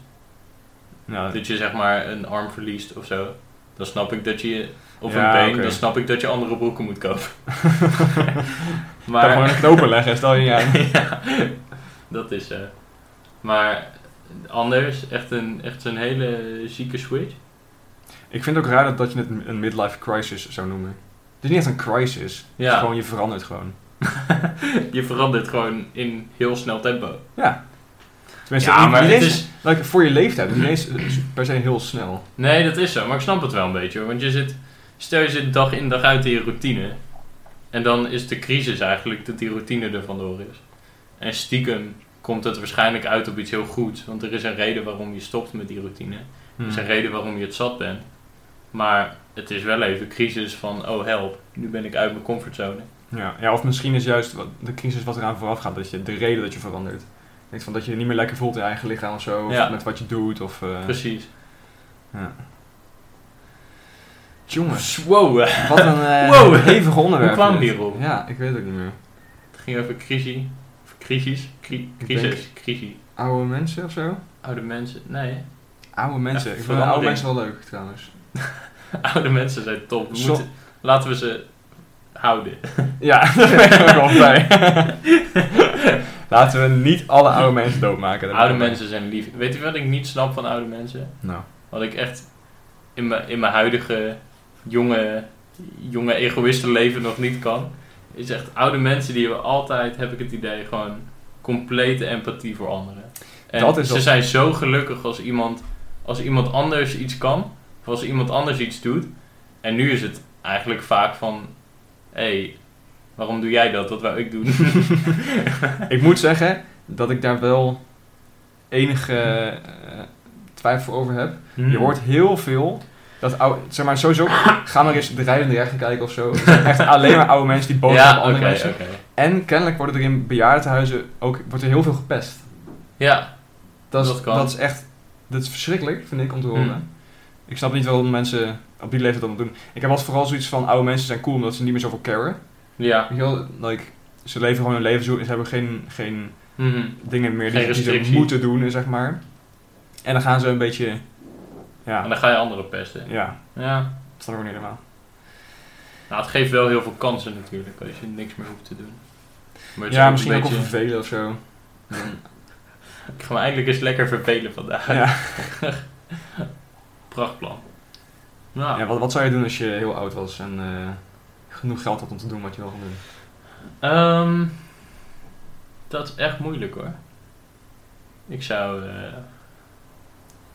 Ja,
dat je zeg maar een arm verliest of zo, dan snap ik dat je... Of
Ja,
een been,
oké.
dan snap ik dat je andere broeken moet kopen.
maar... Kan gewoon
maar...
een knoop leggen, stel je aan.
ja, dat is... eh maar anders, echt, een, echt zo'n hele zieke switch.
Ik vind het ook raar dat, dat je het een midlife crisis zou noemen. Het is niet echt een crisis. Het is
Ja.
gewoon, je verandert gewoon.
je verandert gewoon in heel snel tempo.
Ja. Tenminste,
Ja,
niet-
maar
niet
het
eens-
is...
like, voor je leeftijd. Niet eens eh, per se heel snel.
Nee, dat is zo, maar ik snap het wel een beetje. hoor. Want je zit, stel je zit dag in dag uit in je routine. En dan is de crisis eigenlijk dat die routine er vandoor is. En stiekem komt het waarschijnlijk uit op iets heel goeds. Want er is een reden waarom je stopt met die routine. Er
Hmm.
is een reden waarom je het zat bent. Maar het is wel even crisis van, oh help, nu ben ik uit mijn comfortzone.
Ja, ja, of misschien is juist wat, de crisis wat eraan vooraf gaat, dat je, de reden dat je verandert. Ik denk van dat je je niet meer lekker voelt in je eigen lichaam of zo, of
Ja.
met wat je doet. Of, eh,
Precies.
Jongens,
Wow, eh,
wat een eh
Wow.
hevig onderwerp.
hoe kwam we
dit.
hierop?
Ja, ik weet het ook niet meer.
Het ging over crisis, over crisis, cri-
Ik
crisis, crisis.
Oude mensen of zo?
Oude mensen, nee.
Oude mensen. ik vind
verandering.
oude mensen wel leuk trouwens.
Oude mensen zijn top. We
Zo-
moeten, laten we ze houden.
Ja, daar ben ik ook wel bij. Laten we niet alle oude mensen doodmaken. daar ben
oude
ik wel
mensen zijn lief. Weet je wat ik niet snap van oude mensen?
bij. Nou.
Wat ik echt in mijn, in mijn huidige jonge, jonge egoïstenleven nog niet kan. Is echt oude mensen die hebben altijd, heb ik het idee, gewoon complete empathie voor anderen. En
Dat is
ze
al-
zijn zo gelukkig als iemand, als iemand anders iets kan. Of als iemand anders iets doet. En nu is het eigenlijk vaak van... Hé, hey, waarom doe jij dat? Dat wou ik doen.
Nou, Ik moet zeggen dat ik daar wel enige eh, twijfel over heb.
Hmm.
Je hoort heel veel. Dat oude, zeg maar, sowieso, ga maar eens de rijdende rechter kijken of zo. Het zijn echt alleen maar oude mensen die boos zijn
ja,
op
oké,
andere
oké.
mensen. En kennelijk worden er in bejaardentehuizen ook wordt er heel veel gepest.
Ja,
Dat is,
Dat
dat,
kan.
is echt dat is verschrikkelijk, vind ik, om te
Hmm.
horen. Ik snap niet waarom mensen op die leeftijd dat doen. Ik heb altijd vooral zoiets van oude mensen zijn cool omdat ze niet meer zoveel caren.
ja.
Weet je wel, like, ze leven gewoon hun leven zo en ze hebben geen, geen
Mhm.
dingen meer
Geen
die, die ze
restrictie.
moeten doen, zeg maar. En dan gaan ze een beetje. Ja,
En dan ga je anderen pesten.
ja
Ja.
dat staat ook niet helemaal.
Nou, het geeft wel heel veel kansen natuurlijk, als je niks meer hoeft te doen. Maar het is
Ja,
ook
misschien
een
ook wel
beetje-
vervelen of zo.
Ik ga me eindelijk eens lekker vervelen vandaag.
Ja.
Prachtplan. Nou,
Ja, wat, wat zou je doen als je heel oud was en eh, genoeg geld had om te doen wat je wil gaan doen?
ehm, dat is echt moeilijk hoor. Ik zou... eh,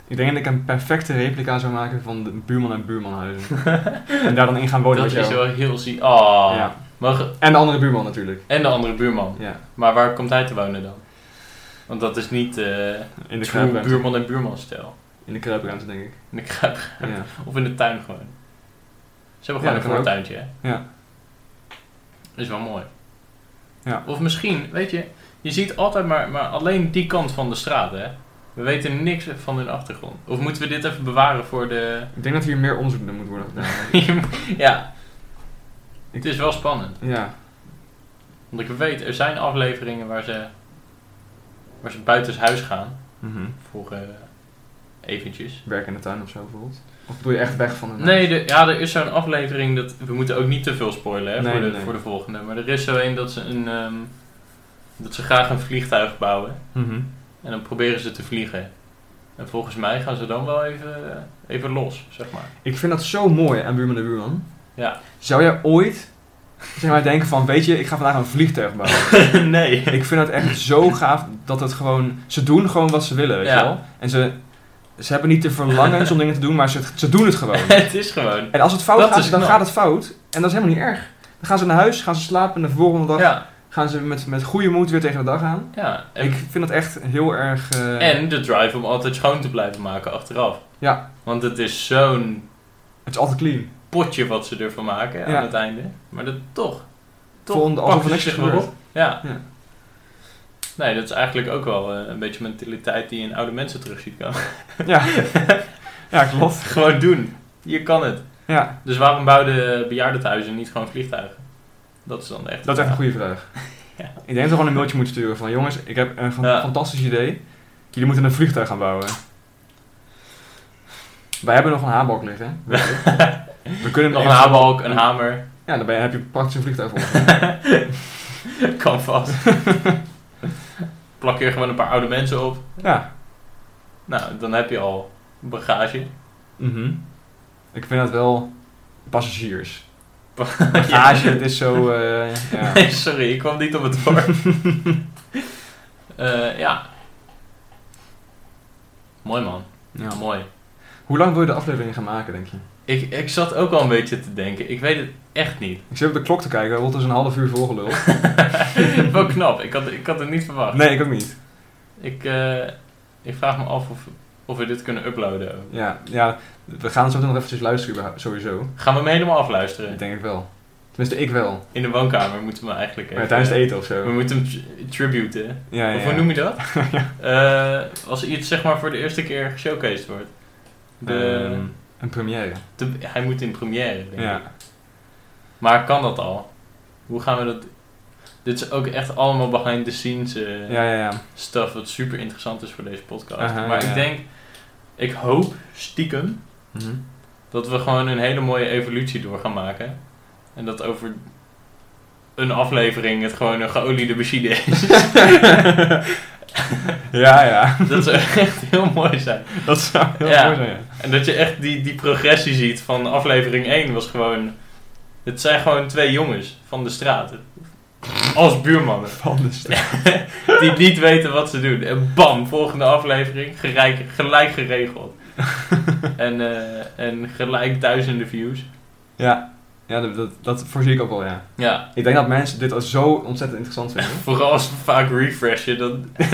Ik denk dat ik een perfecte replica zou maken van de buurman en buurmanhuizen. en daar dan in gaan wonen
dat
met
is
jou.
wel heel ziek. Oh.
Ja.
Mag-
En de andere buurman natuurlijk.
En de andere buurman.
Ja,
Maar waar komt hij te wonen dan? Want dat is niet eh
in de
true
kruipruimte.
buurman en buurman stijl.
In de kruipruimte denk ik.
En ik ga
Ja.
Of in de tuin gewoon. Ze hebben
Ja,
gewoon
dat kan
een
ook.
voortuintje, hè?
Ja.
Is wel mooi.
Ja.
Of misschien, weet je, je ziet altijd maar, maar alleen die kant van de straat, hè? We weten niks van hun achtergrond. Of moeten we dit even bewaren voor de...
Ik denk dat hier meer onderzoek naar moet worden gedaan.
ja.
Ik-
Het is wel spannend.
ja,
Want ik weet, er zijn afleveringen waar ze, waar ze buiten huis gaan.
Mhm.
Voor eh, eventjes.
werk in de tuin of zo bijvoorbeeld. Of doe je echt weg van de
Nee, de- ja, er is zo'n aflevering dat. We moeten ook niet te veel spoilen hè,
Nee,
voor, de,
nee, nee.
voor de volgende. Maar er is zo een dat ze een. ehm, dat ze graag een vliegtuig bouwen.
Mhm.
En dan proberen ze te vliegen. En volgens mij gaan ze dan wel even, eh, even los, zeg maar.
Ik vind dat zo mooi aan buurman en buurman.
Ja.
Zou jij ooit zeg maar, denken van, weet je, ik ga vandaag een vliegtuig bouwen.
nee.
ik vind dat echt zo gaaf dat het gewoon... Ze doen gewoon wat ze willen, weet
Ja.
je wel. En ze, ze hebben niet de verlangens om dingen te doen, maar ze, ze doen het gewoon.
het is gewoon.
En als het fout
Dat is
gaat, dan
knap.
gaat het fout. En dat is helemaal niet erg. Dan gaan ze naar huis, gaan ze slapen en de volgende dag
Ja,
gaan ze met, met goede moed weer tegen de dag aan.
ja. En,
ik vind dat echt heel erg... eh,
en de drive om altijd schoon te blijven maken achteraf.
Ja.
Want het is zo'n
Het is altijd clean.
potje wat ze ervan maken
Ja.
aan het einde. Maar dat toch. Toch
Volgende alsof er
pakken
niks
ze
is
zich weer
gebeurd.
op. Ja.
Ja.
Nee, dat is eigenlijk ook wel eh, een beetje mentaliteit die je in oude mensen terug ziet komen.
Ja. ja, klopt.
gewoon doen. Je kan het.
Ja,
Dus waarom bouwden bejaardentehuizen niet gewoon vliegtuigen? Dat is dan echt...
dat is echt een goede vraag.
Ja.
Ik denk dat we gewoon een mailtje moeten sturen van... Jongens, ik heb een fan-
Ja.
fantastisch idee. Jullie moeten een vliegtuig gaan bouwen. Wij hebben nog een haanbalk liggen. weet je. We kunnen
Nog een
even-
haarbalk, een hamer.
Ja, dan ben je- heb je praktisch een vliegtuig voor.
kan vast. Plak hier gewoon een paar oude mensen op.
Ja.
Nou, dan heb je al bagage.
Mhm. Ik vind dat wel... Passagiers.
Ja.
Bagage, het is zo... eh, ja.
Nee, sorry, ik kwam niet op het woord. Eh, ja. Mooi man.
Ja.
Ja, mooi.
Hoe lang wil je de aflevering gaan maken, denk je?
Ik, ik zat ook al een beetje te denken. Ik weet het echt niet.
Ik zit op de klok te kijken, wordt dus een half uur volgeluld.
Wel knap. Ik had, ik had het niet verwacht.
Nee, ik ook niet.
Ik, eh, ik vraag me af of, of we dit kunnen uploaden. ook.
Ja, ja we gaan zo meteen nog eventjes luisteren, überhaupt- sowieso.
Gaan we hem helemaal
Dat
afluisteren?
denk ik wel. Tenminste, ik wel.
In de woonkamer moeten we hem eigenlijk
Maar
even- eh,
tijdens het eten of
We
zo.
moeten hem tri- tributen.
Ja, ja,
Of hoe
ja.
noem je dat? Eh, als iets zeg maar voor de eerste keer geshowcased wordt. De,
Ehm, een première.
de- hij moet in première, denk ik.
Ja.
Maar kan dat al? Hoe gaan we dat... Dit is ook echt allemaal behind the scenes eh,
Ja, ja, ja.
stuff wat super interessant is voor deze podcast.
Aha,
maar
ja.
ik denk, ik hoop stiekem
Mhm.
dat we gewoon een hele mooie evolutie door gaan maken. En dat over een aflevering het gewoon een geoliede machine is.
ja, ja.
dat zou echt heel mooi zijn.
Dat zou heel
Ja.
mooi zijn, ja.
En dat je echt die, die progressie ziet van aflevering 1 was gewoon... Het zijn gewoon twee jongens van de straat. Als buurmannen.
Van de straat.
Die niet weten wat ze doen. En bam, volgende aflevering. Gelijk, gelijk geregeld. en, eh, en gelijk duizenden views.
Ja, ja dat, dat, dat voorzie ik ook wel, ja.
Ja,
Ik denk dat mensen dit al zo ontzettend interessant vinden.
vooral als we vaak refreshen, dan,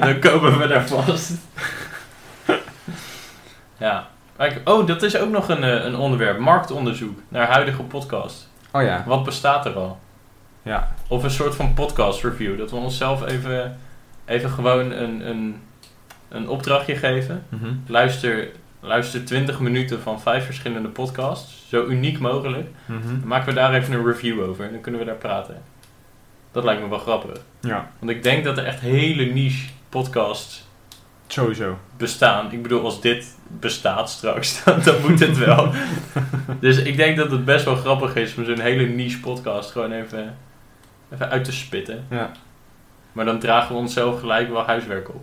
dan komen we daar vast. ja. Kijk, Oh, dat is ook nog een, eh, een onderwerp. Marktonderzoek naar huidige podcast.
Oh ja.
Wat bestaat er al?
Ja.
Of een soort van podcast review. Dat we onszelf even, even gewoon een, een, een opdrachtje geven. Luister, luister 20 minuten van vijf verschillende podcasts. Zo uniek mogelijk.
Mhm.
Dan maken we daar even een review over. En dan kunnen we daar praten. Dat lijkt me wel grappig.
Ja,
Want ik denk dat er echt hele niche podcasts
sowieso.
bestaan. Ik bedoel, als dit bestaat straks, dan, dan moet het wel. dus ik denk dat het best wel grappig is om zo'n hele niche podcast gewoon even, even uit te spitten.
Ja.
Maar dan dragen we onszelf gelijk wel huiswerk op.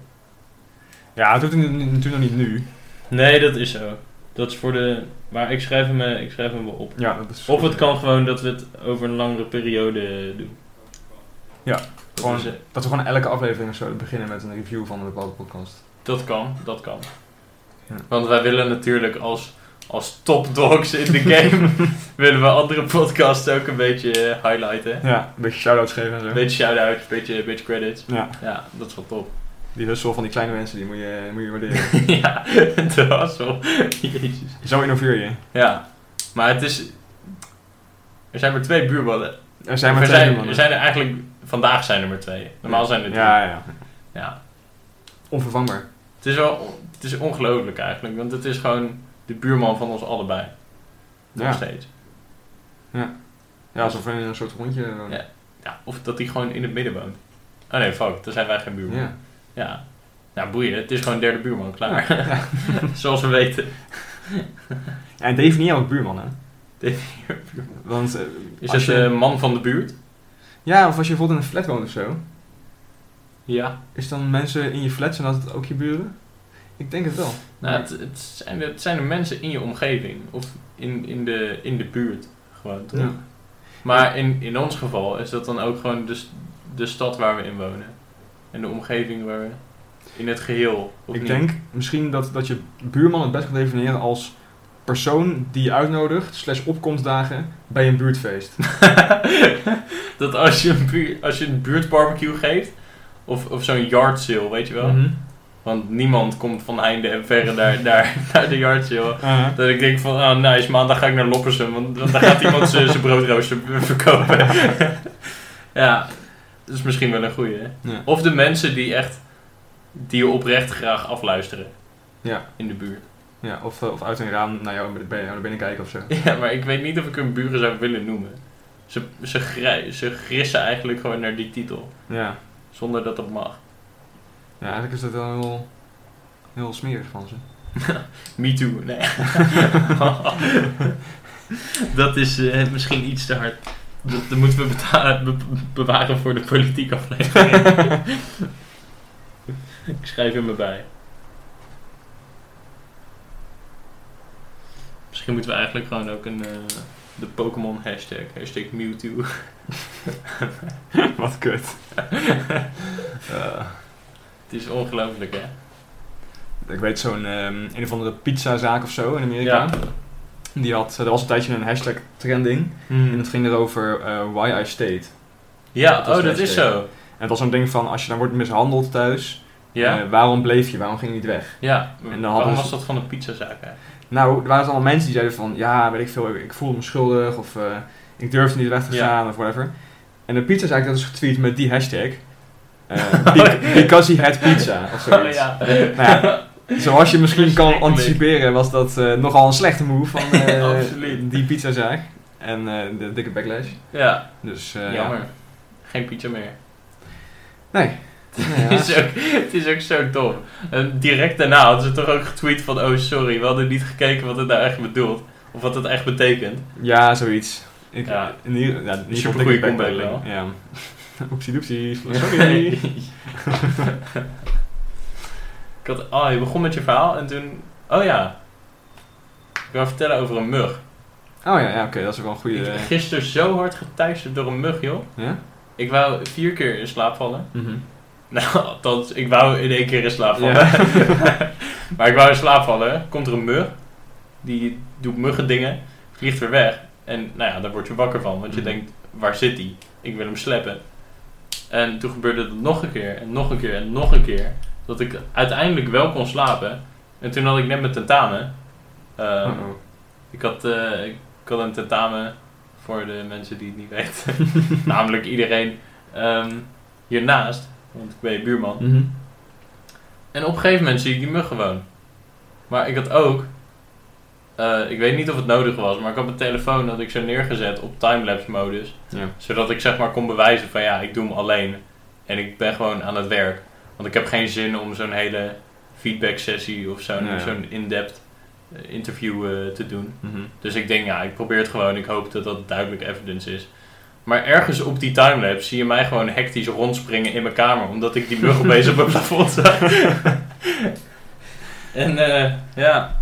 Ja, het doet het nu- natuurlijk nog niet nu.
Nee, dat is zo. Dat is voor de... Maar ik schrijf hem, eh, ik schrijf hem wel op.
Ja, dat is
Of het kan gewoon dat we het over een langere periode doen.
Ja,
Dat
gewoon-
is, eh,
Dat we gewoon elke aflevering of zo beginnen met een review van een bepaalde podcast.
Dat kan, dat kan.
Ja.
Want wij willen natuurlijk als, als top dogs in de game... willen we andere podcasts ook een beetje eh, highlighten.
Ja, een beetje shout-outs geven en zo.
Een beetje shout-outs, een beetje, een beetje credits.
Ja,
Ja, dat is wel top.
die hustle van die kleine mensen, die moet je, moet je waarderen.
ja, dat was wel... Jezus.
zo innoveer je.
Ja, maar het is... Er zijn maar twee buurballen.
Er zijn maar
er,
twee
zijn,
mannen.
er zijn er eigenlijk... Vandaag zijn er maar twee. Normaal zijn er drie.
Ja, ja, ja.
ja.
Onvervangbaar.
Het is wel... Het is ongelooflijk eigenlijk. Want het is gewoon de buurman van ons allebei. Nog
Ja.
steeds.
ja, alsof we in een soort rondje wonen.
Ja. Ja, of dat hij gewoon in het midden woont. Oh nee, fuck, dan zijn wij geen buurman. Ja.
Ja.
Nou, boeien, het is gewoon derde buurman, klaar. Zoals we weten.
Ja, En definieer ook buurman, hè.
Definieer
Want, eh,
Is
als
het
je-
een man van de buurt?
Ja, of als je bijvoorbeeld in een flat woont of zo.
Ja.
Is dan mensen in je flat, zijn dat ook je buren? Ik denk het wel.
Nou, het, het, zijn, het zijn de mensen in je omgeving. Of in, in, de, in de buurt. Gewoon, toch?
Ja.
Maar in, in ons geval is dat dan ook gewoon de, st- de stad waar we in wonen. En de omgeving waar we... In het geheel, of
ik
niet?
denk misschien dat, dat je buurman het best kan definiëren als persoon die je uitnodigt, slash opkomstdagen, bij een buurtfeest.
dat als je een, buur- als je een buurtbarbecue geeft... Of, of zo'n yard sale, weet je wel?
Mhm.
Want niemand komt van heinde en verre naar, naar, naar de yard sale.
Uh-huh.
Dat ik denk van, oh nice, maandag ga ik naar Loppersum, want, want daar gaat iemand zijn broodrooster b- verkopen. ja, dat is misschien wel een goeie. hè?
Ja.
Of de mensen die echt, die je oprecht graag afluisteren.
Ja.
In de buurt.
Ja, of, eh, of uit een raam naar jou bij jou naar binnen kijken of zo.
Ja, maar ik weet niet of ik hun buren zou willen noemen. Ze, ze, grij, ze grissen eigenlijk gewoon naar die titel,
Ja.
zonder dat dat mag.
ja, eigenlijk is dat wel heel, heel smerig van ze.
Me too, nee. dat is eh, misschien iets te hard. Dat, dat moeten we beta- be- bewaren voor de politiek aflevering. Ik schrijf hem erbij. Misschien moeten we eigenlijk gewoon ook een, eh, de Pokémon hashtag, hashtag Mewtwo.
Wat kut. Eh,
Het is ongelooflijk, hè?
ik weet zo'n ehm, een of andere pizzazaak of zo in Amerika. Die had, er was een tijdje een hashtag trending. En dat ging erover eh, why I stayed.
Ja,
Hmm. Dat was
oh,
de
dat is
hashtag.
zo.
En het was zo'n ding van, als je dan wordt mishandeld thuis,
Ja,
eh, waarom bleef je, waarom ging je niet weg?
ja.
dan
Waarom
hadden ze-
was dat van de pizzazaak eigenlijk?
Nou, er waren allemaal mensen die zeiden van, ja, weet ik veel, ik voelde me schuldig, of eh, ik durfde niet weg te
Ja.
gaan, of whatever. En de pizza zei ik dat is getweet met die hashtag. Eh, be- because he had pizza, of
Oh,
zoiets.
ja.
Nou ja, zoals je misschien kan
Verschrikkelijk.
anticiperen, was dat eh, nogal een slechte move van eh,
Absoluut.
die pizzazaak. En eh, de dikke backlash.
ja.
Dus eh,
Jammer. Geen pizza meer.
Nee. Ja, ja.
het, is ook, het is ook zo dom. En direct daarna hadden ze toch ook getweet van... Oh, sorry, we hadden niet gekeken wat het nou echt bedoelt. Of wat het echt betekent.
Ja, zoiets. Ik,
Ja.
in ieder- ja, niet op
Supergoeie
dikke
comeback
backpedaling.
wel.
Ja. Oepsie doepsie. Sorry.
Ik had, oh, je begon met je verhaal en toen... Oh ja. Ik wil vertellen over een mug.
Oh ja, ja oké, dat is ook wel een goede.
Ik gisteren zo hard getuisterd door een mug, joh.
eh. Ja?
Ik wou vier keer in slaap vallen.
Mhm.
Nou, althans, ik wou in één keer in slaap vallen.
Ja.
maar ik wou in slaap vallen. Komt er een mug. Die doet muggendingen. Vliegt weer weg. En nou ja, daar word je wakker van. Want je
Mhm.
denkt, waar zit die? Ik wil hem sleppen. En toen gebeurde het nog een keer. En nog een keer. En nog een keer. Dat ik uiteindelijk wel kon slapen. En toen had ik net mijn tentamen. Ehm,
Uh-oh.
ik had, eh, ik had een tentamen voor de mensen die het niet weten. Namelijk iedereen ehm, hiernaast, want ik ben je buurman.
Mhm.
En op een gegeven moment zie ik die mug gewoon. Maar ik had ook, eh, ik weet niet of het nodig was, maar ik had mijn telefoon dat ik zo neergezet op timelapse modus.
Ja.
Zodat ik zeg maar kon bewijzen van ja, ik doe hem alleen. En ik ben gewoon aan het werk. Want ik heb geen zin om zo'n hele feedback sessie of zo'n
Nee, ja.
zo'n in-depth eh, interview eh, te doen.
Mhm.
Dus ik denk, ja, ik probeer het gewoon. Ik hoop dat dat duidelijk evidence is. Maar ergens op die timelapse zie je mij gewoon hectisch rondspringen in mijn kamer. Omdat ik die mug opeens op mijn plafond zag. en eh, ja.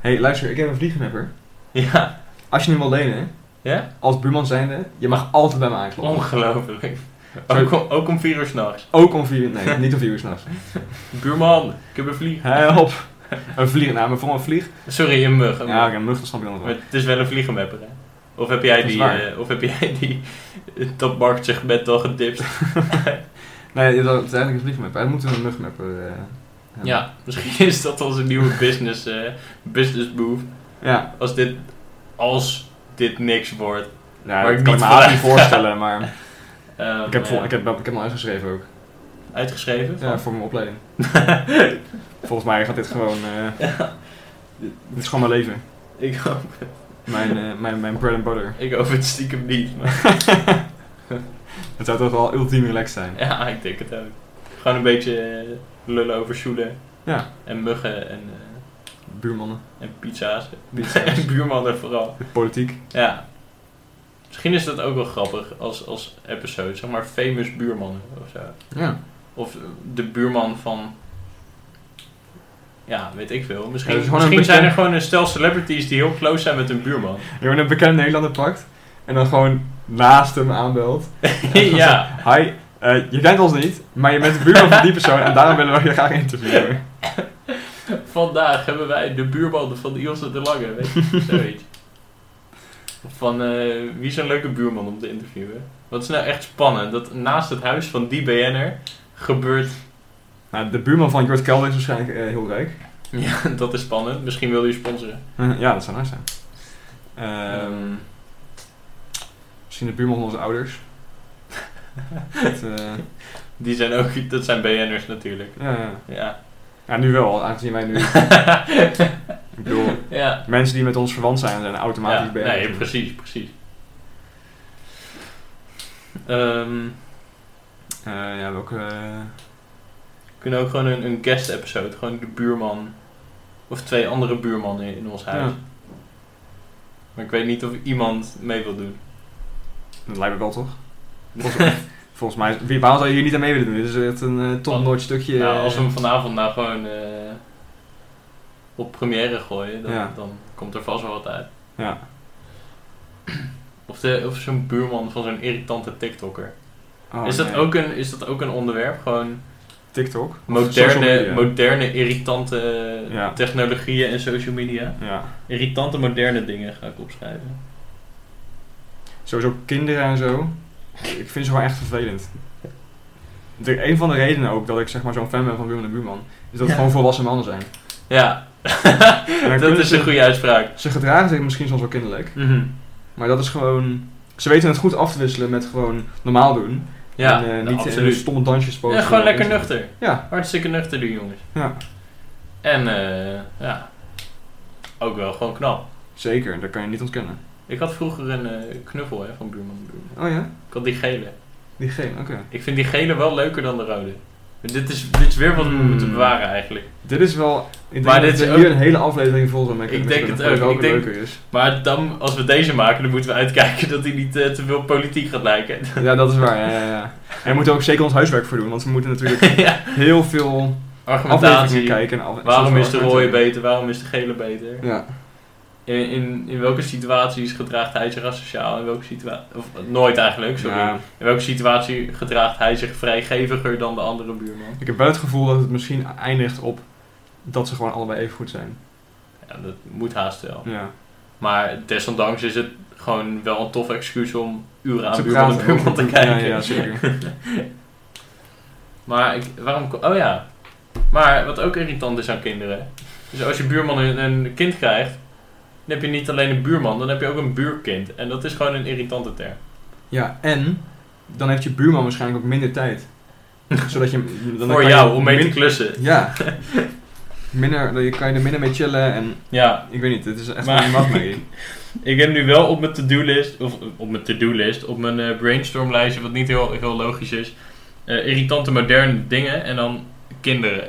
Hey, luister, ik heb een vliegenmapper.
Ja,
Als je hem wil lenen, hè,
ja,
als buurman zijnde, je mag altijd bij me aankloppen.
ongelooflijk. Ook om, ook om vier uur s'nachts.
Ook om vier uur, nee, niet om vier uur s'nachts.
Buurman, ik heb een vlieg.
Help! Een vlieg, nou, maar voor een vlieg.
Sorry, een mug. een
Ja,
mug.
oké, een mug, dat snap ik dan nog
Maar
wel.
het is wel een vliegenmapper, hè? Of heb jij
Dat is
die,
waar.
eh, of heb jij die eh, dat marktsegment al gedipst?
Nee, dat is eigenlijk een vliegenmapper. Hij moet een mugmapper eh hebben.
Ja, misschien is dat onze nieuwe business, eh, business move.
Ja,
Als dit, als dit niks wordt.
ja
Maar
dat
ik
kan ik
niet
me haast niet
vandaag.
voorstellen, maar ik
Ehm,
heb, vol-
eh,
ik, heb, ik heb hem al uitgeschreven ook.
uitgeschreven.
Ja,
van-
voor mijn opleiding. Volgens mij gaat dit gewoon... eh, dit is gewoon mijn leven.
Ik, hoop,
Mijn, eh, mijn, mijn bread and butter.
ik hoop het stiekem niet. Maar,
Het zou toch wel ultiem relaxed zijn.
ja, ik denk het ook. Gewoon een beetje eh, lullen over shoelen.
Ja.
En muggen en, eh,
Buurmannen,
en pizza's.
pizza's,
en buurmannen vooral.
politiek.
Ja. Misschien is dat ook wel grappig als, als episode. Zeg maar famous buurmannen of zo.
Ja.
Of de buurman van. Ja, weet ik veel. Misschien,
Ja, dat is gewoon een
misschien zijn er
bekend-
gewoon een stel celebrities die heel close zijn met hun buurman.
Je wordt een bekend Nederlander pakt en dan gewoon naast hem aanbelt.
ja,
Hi, eh, je kent ons niet, maar je bent de buurman van die persoon en daarom willen we je graag interviewen.
vandaag hebben wij de buurman van Ilse de Lange. Weet je, zoiets. Of Van eh, wie is een leuke buurman om te interviewen? Wat is nou echt spannend? Dat naast het huis van die BN'er gebeurt.
Nou, de buurman van Jort Kelder is waarschijnlijk eh, heel rijk.
Ja, dat is spannend. Misschien wil je sponsoren.
Eh, ja, dat zou nice zijn. Ehm, misschien de buurman van onze ouders. Het, eh,
Die zijn ook. Dat zijn BN'ers natuurlijk.
ja, ja.
Ja.
ja, nu wel, aangezien wij nu... ik bedoel,
ja.
mensen die met ons verwant zijn, zijn automatisch
ja,
bij
Nee, precies, precies. Ehm,
Eh, ja, welke... eh,
we kunnen ook gewoon een, een guest episode. Gewoon de buurman. Of twee andere buurmannen in, in ons huis.
Ja.
Maar ik weet niet of iemand mee wil doen.
Dat lijkt me wel, toch? Volgens, volgens mij... is- Wie, waarom zou je hier niet aan mee willen doen? Dit is echt een eh topnotch stukje...
Nou, als we
eh,
hem vanavond nou gewoon eh, op première gooien, dan,
Ja.
dan komt er vast wel wat uit.
Ja.
Of, de- of zo'n buurman van zo'n irritante TikToker.
Oh,
is, dat
nee.
ook een, is dat ook een onderwerp? Gewoon
TikTok? Of social
Moderne,
media?
moderne irritante
Ja.
technologieën en social media.
ja.
Irritante moderne dingen ga ik opschrijven.
Sowieso kinderen en zo. Ik vind ze gewoon echt vervelend. De, een van de redenen ook dat ik zeg maar zo'n fan ben van Buurman de Buurman... is dat het
Ja.
gewoon volwassen mannen zijn.
Ja,
En dan
dat
kunnen
is
ze-
een goede uitspraak.
Ze gedragen zich misschien soms wel kinderlijk.
Mhm.
Maar dat is gewoon... Ze weten het goed af te wisselen met gewoon normaal doen.
Ja,
en, eh,
nou,
niet in
absoluut.
stomme dansjes
Ja,
posten.
gewoon lekker
Weet je.
nuchter.
Ja.
Hartstikke nuchter doen, jongens.
Ja.
En eh, ja, ook wel gewoon knap.
Zeker, dat kan je niet ontkennen.
Ik had vroeger een eh, knuffel hè, van buurman, buurman.
Oh ja?
Ik had die gele.
Die geen, oké.
Ik vind die gele wel leuker dan de rode. Dit is, dit is weer wat we
Hmm.
moeten bewaren eigenlijk.
Dit is wel Ik maar dit is ook... hier een hele aflevering vol zou
Ik denk het ook. ook ik denk, is. Maar dan, als we deze maken, dan moeten we uitkijken dat hij niet uh, te veel politiek gaat lijken.
Ja, dat is waar. Ja, ja, ja. En we moeten ook zeker ons huiswerk voor doen, want we moeten natuurlijk ja. heel veel
argumentatie kijken. En af, waarom is de rode beter? Waarom is de gele beter? Ja. In, in, in welke situaties gedraagt hij zich asociaal? In welke situatie, of nooit eigenlijk, sorry. Ja. In welke situatie gedraagt hij zich vrijgeviger dan de andere buurman?
Ik heb wel het gevoel dat het misschien eindigt op dat ze gewoon allebei even goed zijn.
Ja, dat moet haast wel. Oh. Ja. Maar desondanks is het gewoon wel een tof excuus om uren aan buurman en buurman te kijken. Ja, ja zeker. maar ik, waarom... Oh ja. Maar wat ook irritant is aan kinderen... Dus als je buurman een, een kind krijgt... Dan heb je niet alleen een buurman, dan heb je ook een buurkind. En dat is gewoon een irritante term.
Ja, en dan heeft je buurman waarschijnlijk ook minder tijd. Zodat je...
Dan Voor jou, je om mee te klussen.
Ja. minder, je kan je er minder mee chillen en... Ja. Ik weet niet, het is echt maar, een nachtmerrie.
ik heb nu wel op mijn to-do list, of eh, op mijn to-do list, op mijn uh, brainstormlijstje, wat niet heel, heel logisch is, uh, irritante moderne dingen en dan kinderen.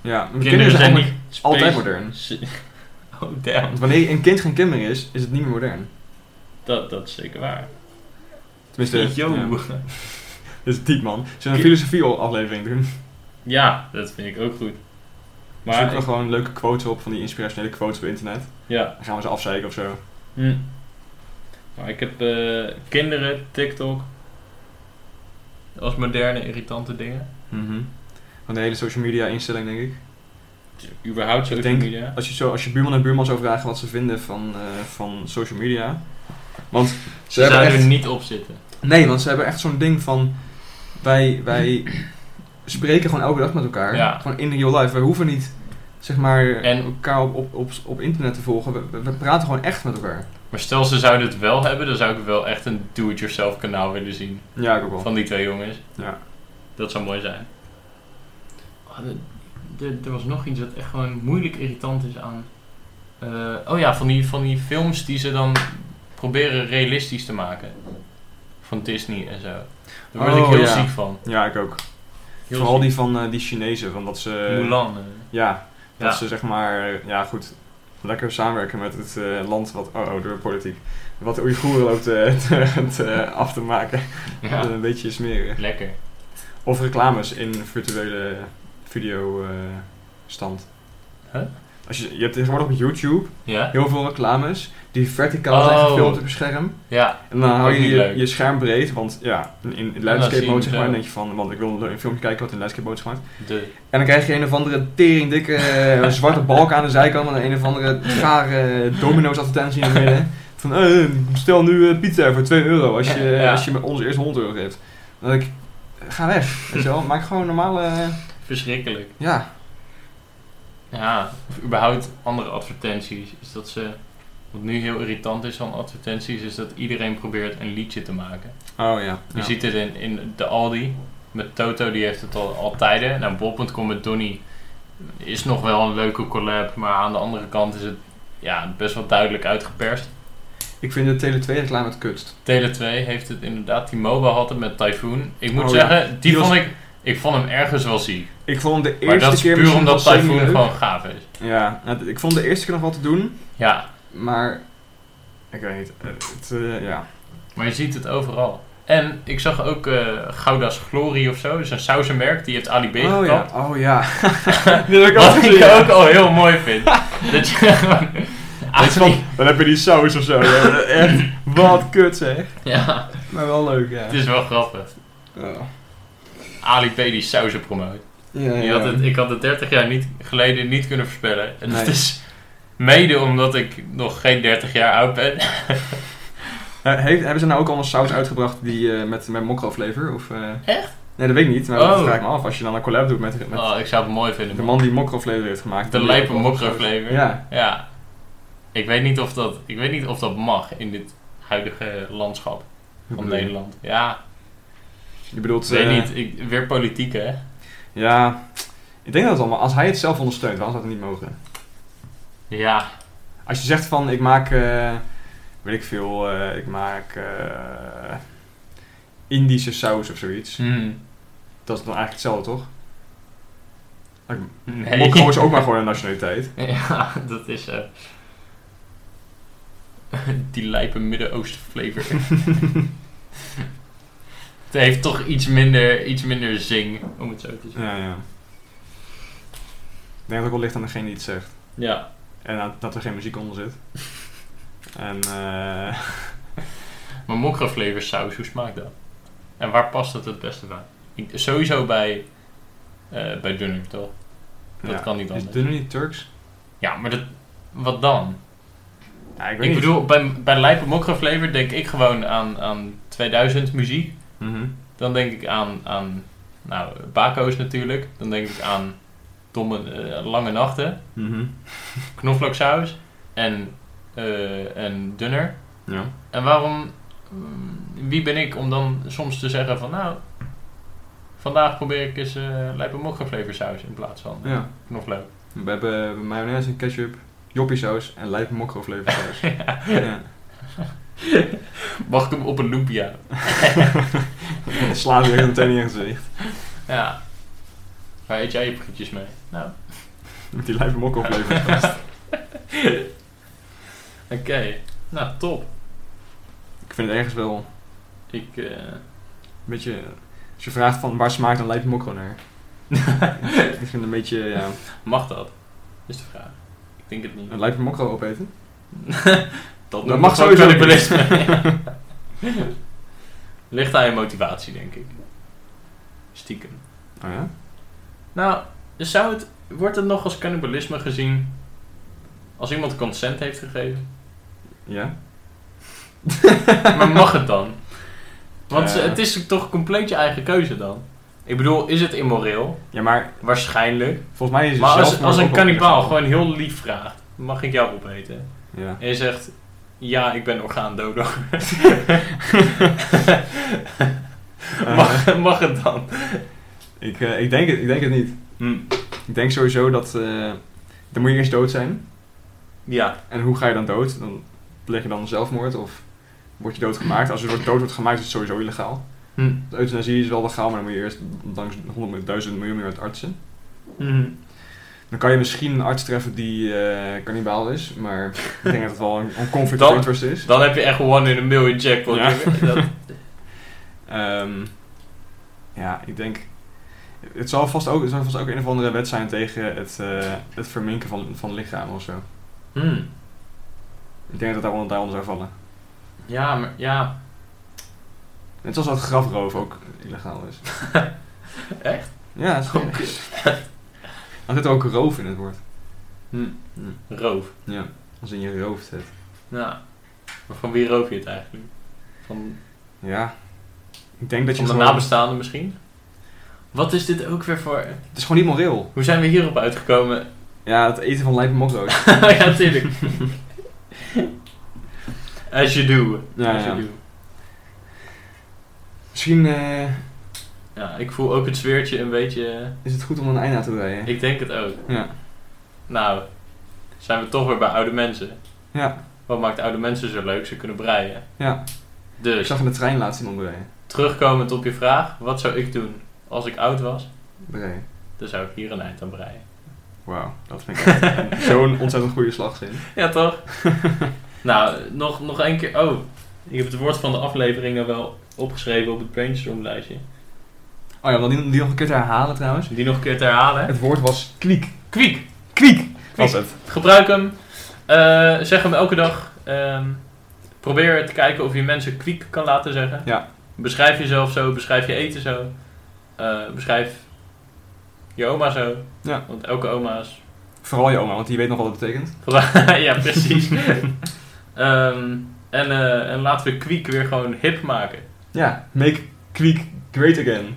ja, kinderen, kinderen zijn, zijn niet altijd modern. Oh, damn. Want wanneer een kind geen kind meer is, is het niet meer modern.
Dat, dat is zeker waar.
Tenminste, Yo. Ja. dat is diep man. Zullen we een filosofie-aflevering doen?
Ja, dat vind ik ook goed.
Maar zoeken we ik... gewoon leuke quotes op van die inspirationele quotes op internet. Ja. Dan gaan we ze afzeiken of zo. Mm.
Hm. Maar ik heb uh, kinderen, TikTok. Als moderne, irritante dingen.
Mm -hmm. Van de hele social media instelling, denk ik.
Überhaupt social denk, media.
Als je, zo, als je buurman en buurman zou vragen wat ze vinden van, uh, van social media. Want ze,
ze hebben zouden echt... er niet op zitten.
Nee, want ze hebben echt zo'n ding van. Wij, wij spreken gewoon elke dag met elkaar. Ja. Gewoon in real life. We hoeven niet zeg maar, en, elkaar op, op, op, op, internet te volgen. We, we, we, praten gewoon echt met elkaar.
Maar stel ze zouden het wel hebben, dan zou ik wel echt een do-it-yourself kanaal willen zien.
Ja, ik ook wel.
Van die twee jongens. Ja. Dat zou mooi zijn. Oh, er was nog iets wat echt gewoon moeilijk irritant is aan... Uh, oh ja, van die, van die films die ze dan proberen realistisch te maken. Van Disney en zo. Daar word oh, ik heel
ja.
ziek van.
Ja, ik ook. Heel Vooral eh, die van uh, die Chinezen, van dat ze...
Mulan. Uh,
ja, dat ja. ze zeg maar, ja goed, lekker samenwerken met het uh, land wat, oh, oh door de politiek, wat de Oeigoeren loopt eh, te, te, af te maken. Ja. een beetje smeren.
Lekker.
Of reclames in virtuele video eh, stand. Huh? Als je, je hebt tegenwoordig op YouTube ja? heel veel reclames die verticaal oh. zijn gefilmd op je scherm.
Ja.
En dan hou je je, je scherm breed, want ja, in, in landscape mode zeg maar, denk je van, want ik wil een filmpje kijken wat in landscape mode is gemaakt. En dan krijg je een of andere teringdikke uh, zwarte balk aan de zijkant en een of andere gare domino's advertentie in het midden. Van, eh, stel nu uh, pizza voor 2 euro als je, ja. als je met ons eerst 100 euro geeft. Dan denk ik, ga weg, weet je wel. Maak gewoon normale... Uh,
Verschrikkelijk.
Ja.
Ja, of überhaupt andere advertenties. Is dat ze... Wat nu heel irritant is van advertenties, is dat iedereen probeert een liedje te maken.
Oh ja.
Je ja. ziet het in, in de Aldi, met Toto, die heeft het al, al tijden. Nou, Bol.com met Donny is nog wel een leuke collab, maar aan de andere kant is het ja, best wel duidelijk uitgeperst.
Ik vind de Tele 2 reclame het kutst.
Tele 2 heeft het inderdaad, die MOBA had het met Typhoon. Ik moet oh, zeggen, ja. die, die vond ik... Ik vond hem ergens wel ziek.
Ik vond hem de eerste keer... Maar dat
is puur omdat Typhoon
leuk.
gewoon gaaf is.
Ja, ik vond de eerste keer nog wat te doen.
Ja,
maar ik weet niet. Het, uh, ja.
Maar je ziet het overal. En ik zag ook uh, Gouda's Glory of zo. Dat is een sausenmerk. Die heeft Ali B
oh,
gekapt.
Ja. Oh ja.
Die heb ik Wat ik ja. ook al heel mooi vind. dat je gewoon...
Ali... Dan heb je die saus of zo. Ja. Echt, wat kut zeg.
Ja.
Maar wel leuk ja. Het
is wel grappig. Oh. Ali B die sausen promoot. Ja, ja, had het, ik had het 30 jaar niet, geleden niet kunnen voorspellen. En nee. dat is... Mede omdat ik nog geen 30 jaar oud ben.
Heeft, hebben ze nou ook allemaal saus uitgebracht die, uh, met, met mokro flavor? Of, uh...
Echt?
Nee, dat weet ik niet. Maar oh. dat vraag ik me af. Als je dan een collab doet met, met
oh, ik zou het mooi vinden,
de man die mokro flavor heeft gemaakt.
De lijpe mokro flavor.
Ja.
ja. Ik, weet niet of dat, ik weet niet of dat mag in dit huidige landschap van Nederland. Ja.
Je bedoelt... eh,
Ik weet uh, niet. Ik, weer politiek, hè?
Ja. Ik denk dat het allemaal... Als hij het zelf ondersteunt, waarom zou het niet mogen?
Ja.
Als je zegt van ik maak, uh, weet ik veel, uh, ik maak uh, Indische saus of zoiets.
Mm.
Dat is dan eigenlijk hetzelfde, toch? Nee. Hm. Mokko is ook maar gewoon een nationaliteit.
Ja, dat is... eh die lijpe Midden-Oosten flavor. het heeft toch iets minder, iets minder zing, om het zo te zeggen.
Ja, ja. Ik denk dat het ook wel ligt aan degene die het zegt.
Ja.
En aan- dat er geen muziek onder zit. En eh
Maar mokka flavor saus, hoe smaakt dat? En waar past het het beste bij? Ik- sowieso bij, eh bij dunner, toch? Dat
ja.
kan niet
Is
anders.
dunner niet Turks?
Ja, maar dat, wat dan?
Ja, ik
Ik bedoel, bij, bij lijpe mokka flavor denk ik gewoon aan, aan 2000 muziek.
Mhm.
Dan denk ik aan, aan nou, bako's natuurlijk. Dan denk ik aan domme, eh, lange nachten,
Mhm.
knoflooksaus en, eh, en dunner.
Ja.
En waarom, mm, wie ben ik om dan soms te zeggen van nou, vandaag probeer ik eens eh lijpe mokka flavor saus in plaats van eh,
ja.
knoflook.
We hebben mayonaise en ketchup, joppie saus en lijpe mokro flavorsaus. ja.
Mag ik hem op een lumpia?
Slaat weer meteen in je gezicht.
Ja. Waar eet jij je frietjes mee? Nou,
Met die lijpe mokro flavorsaus.
oké. Nou, top.
ik vind het ergens wel een
Ik, eh,
beetje... Als je vraagt van waar smaakt een lijpe mokro naar? ik vind het een beetje, ja...
mag dat? Is de vraag. Ik denk het niet.
Een lijpe mokro opeten?
Dat,
Dat
mag
mag
sowieso
sowieso
cannibalisme. Ligt aan je motivatie, denk ik. Stiekem.
Oh ja?
Nou, zou het, wordt het nog als cannibalisme gezien als iemand consent heeft gegeven?
Ja?
maar mag het dan? Want
Eh.
het is toch compleet je eigen keuze dan? Ik bedoel, is het immoreel?
Ja, maar
Waarschijnlijk.
volgens mij is het
Maar als,
zelfmoord
als
ook
een
wel
kannibaal
ingezet.
gewoon heel lief vraagt, mag ik jou opeten?
Ja.
En je zegt, ja, ik ben orgaandodor. mag, mag het dan?
Ik, eh, ik, denk het, ik denk het niet.
Hmm.
Ik denk sowieso dat... eh, dan moet je eerst dood zijn.
Ja,
En hoe ga je dan dood? Dan pleeg je dan zelfmoord of word je doodgemaakt? Als je wordt- dood wordt gemaakt is het sowieso illegaal.
Hm.
De euthanasie is wel legaal, maar dan moet je eerst langs 100.000 miljoen met artsen.
Mm.
Dan kan je misschien een arts treffen die eh kannibaal is, maar ik denk dat het wel een, een conflict
Dan-
of interest is.
dan heb je echt one in a million jackpot.
Ja.
Dat,
Ehm, ja, ik denk... Het zal, vast ook, het zal vast ook een of andere wet zijn tegen het, eh, het verminken van, van lichamen of zo.
Hm.
Ik denk dat dat daaronder, daaronder zou vallen.
Ja, maar ja.
Net zoals dat grafroof ook illegaal is.
Echt?
Ja, dat is gewoon Er zit ook roof in het woord.
Hm.
Hm.
Roof.
Ja, als in je hoofd zit.
Ja. Maar van wie roof je het eigenlijk? Van,
Ja. Ik denk dat je
van de
gewoon...
nabestaanden misschien? Wat is dit ook weer voor...
Het is gewoon niet moreel.
Hoe zijn we hierop uitgekomen?
Ja, het eten van lijpe mokro's.
ja, tuurlijk. As you do.
Ja,
As you
ja.
do.
Misschien eh,
Ja, ik voel ook het zweertje een beetje. eh,
is het goed om een einde aan te breien.
Ik denk het ook.
Ja.
Nou, zijn we toch weer bij oude mensen.
Ja.
Wat maakt oude mensen zo leuk? Ze kunnen breien.
Ja. Ik
Dus,
zag in de trein laatst iemand breien.
terugkomend op je vraag, wat zou ik doen als ik oud was?
Breien.
Dan zou ik hier een eind aan breien.
Wauw, dat vind ik echt zo'n ontzettend goede slagzin.
Ja, toch? nou, nog, nog één keer. Oh, ik heb het woord van de afleveringen wel opgeschreven op het brainstormlijstje.
Oh ja, om dat die, die nog een keer te herhalen trouwens.
Die nog een keer te herhalen.
Het woord was kliek.
Kwiek!
Kliek! Was het.
Gebruik hem. Eh, zeg hem elke dag. Ehm, probeer te kijken of je mensen kwiek kan laten zeggen.
Ja.
Beschrijf jezelf zo, beschrijf je eten zo. Eh, beschrijf je oma zo.
Ja.
Want elke oma is.
Vooral je oma, want die weet nog wat het betekent.
ja, precies. Ehm, en, eh, en laten we kwiek weer gewoon hip maken.
Ja, make kwiek great again.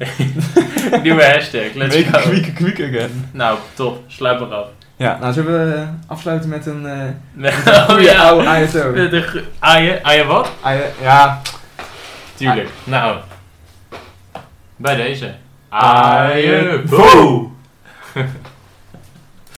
Nieuwe hashtag, let's
make
go.
kwiek kwiek again.
Nou, top, sluit maar af.
Ja, nou zullen we eh, afsluiten met een... eh,
oh
Goeie
ja,
oude ISO.
De- de gro- Aaien, aaien wat?
Ah, ja.
Tuurlijk. Nou, bij deze.
Aaien,
Aaien, boe!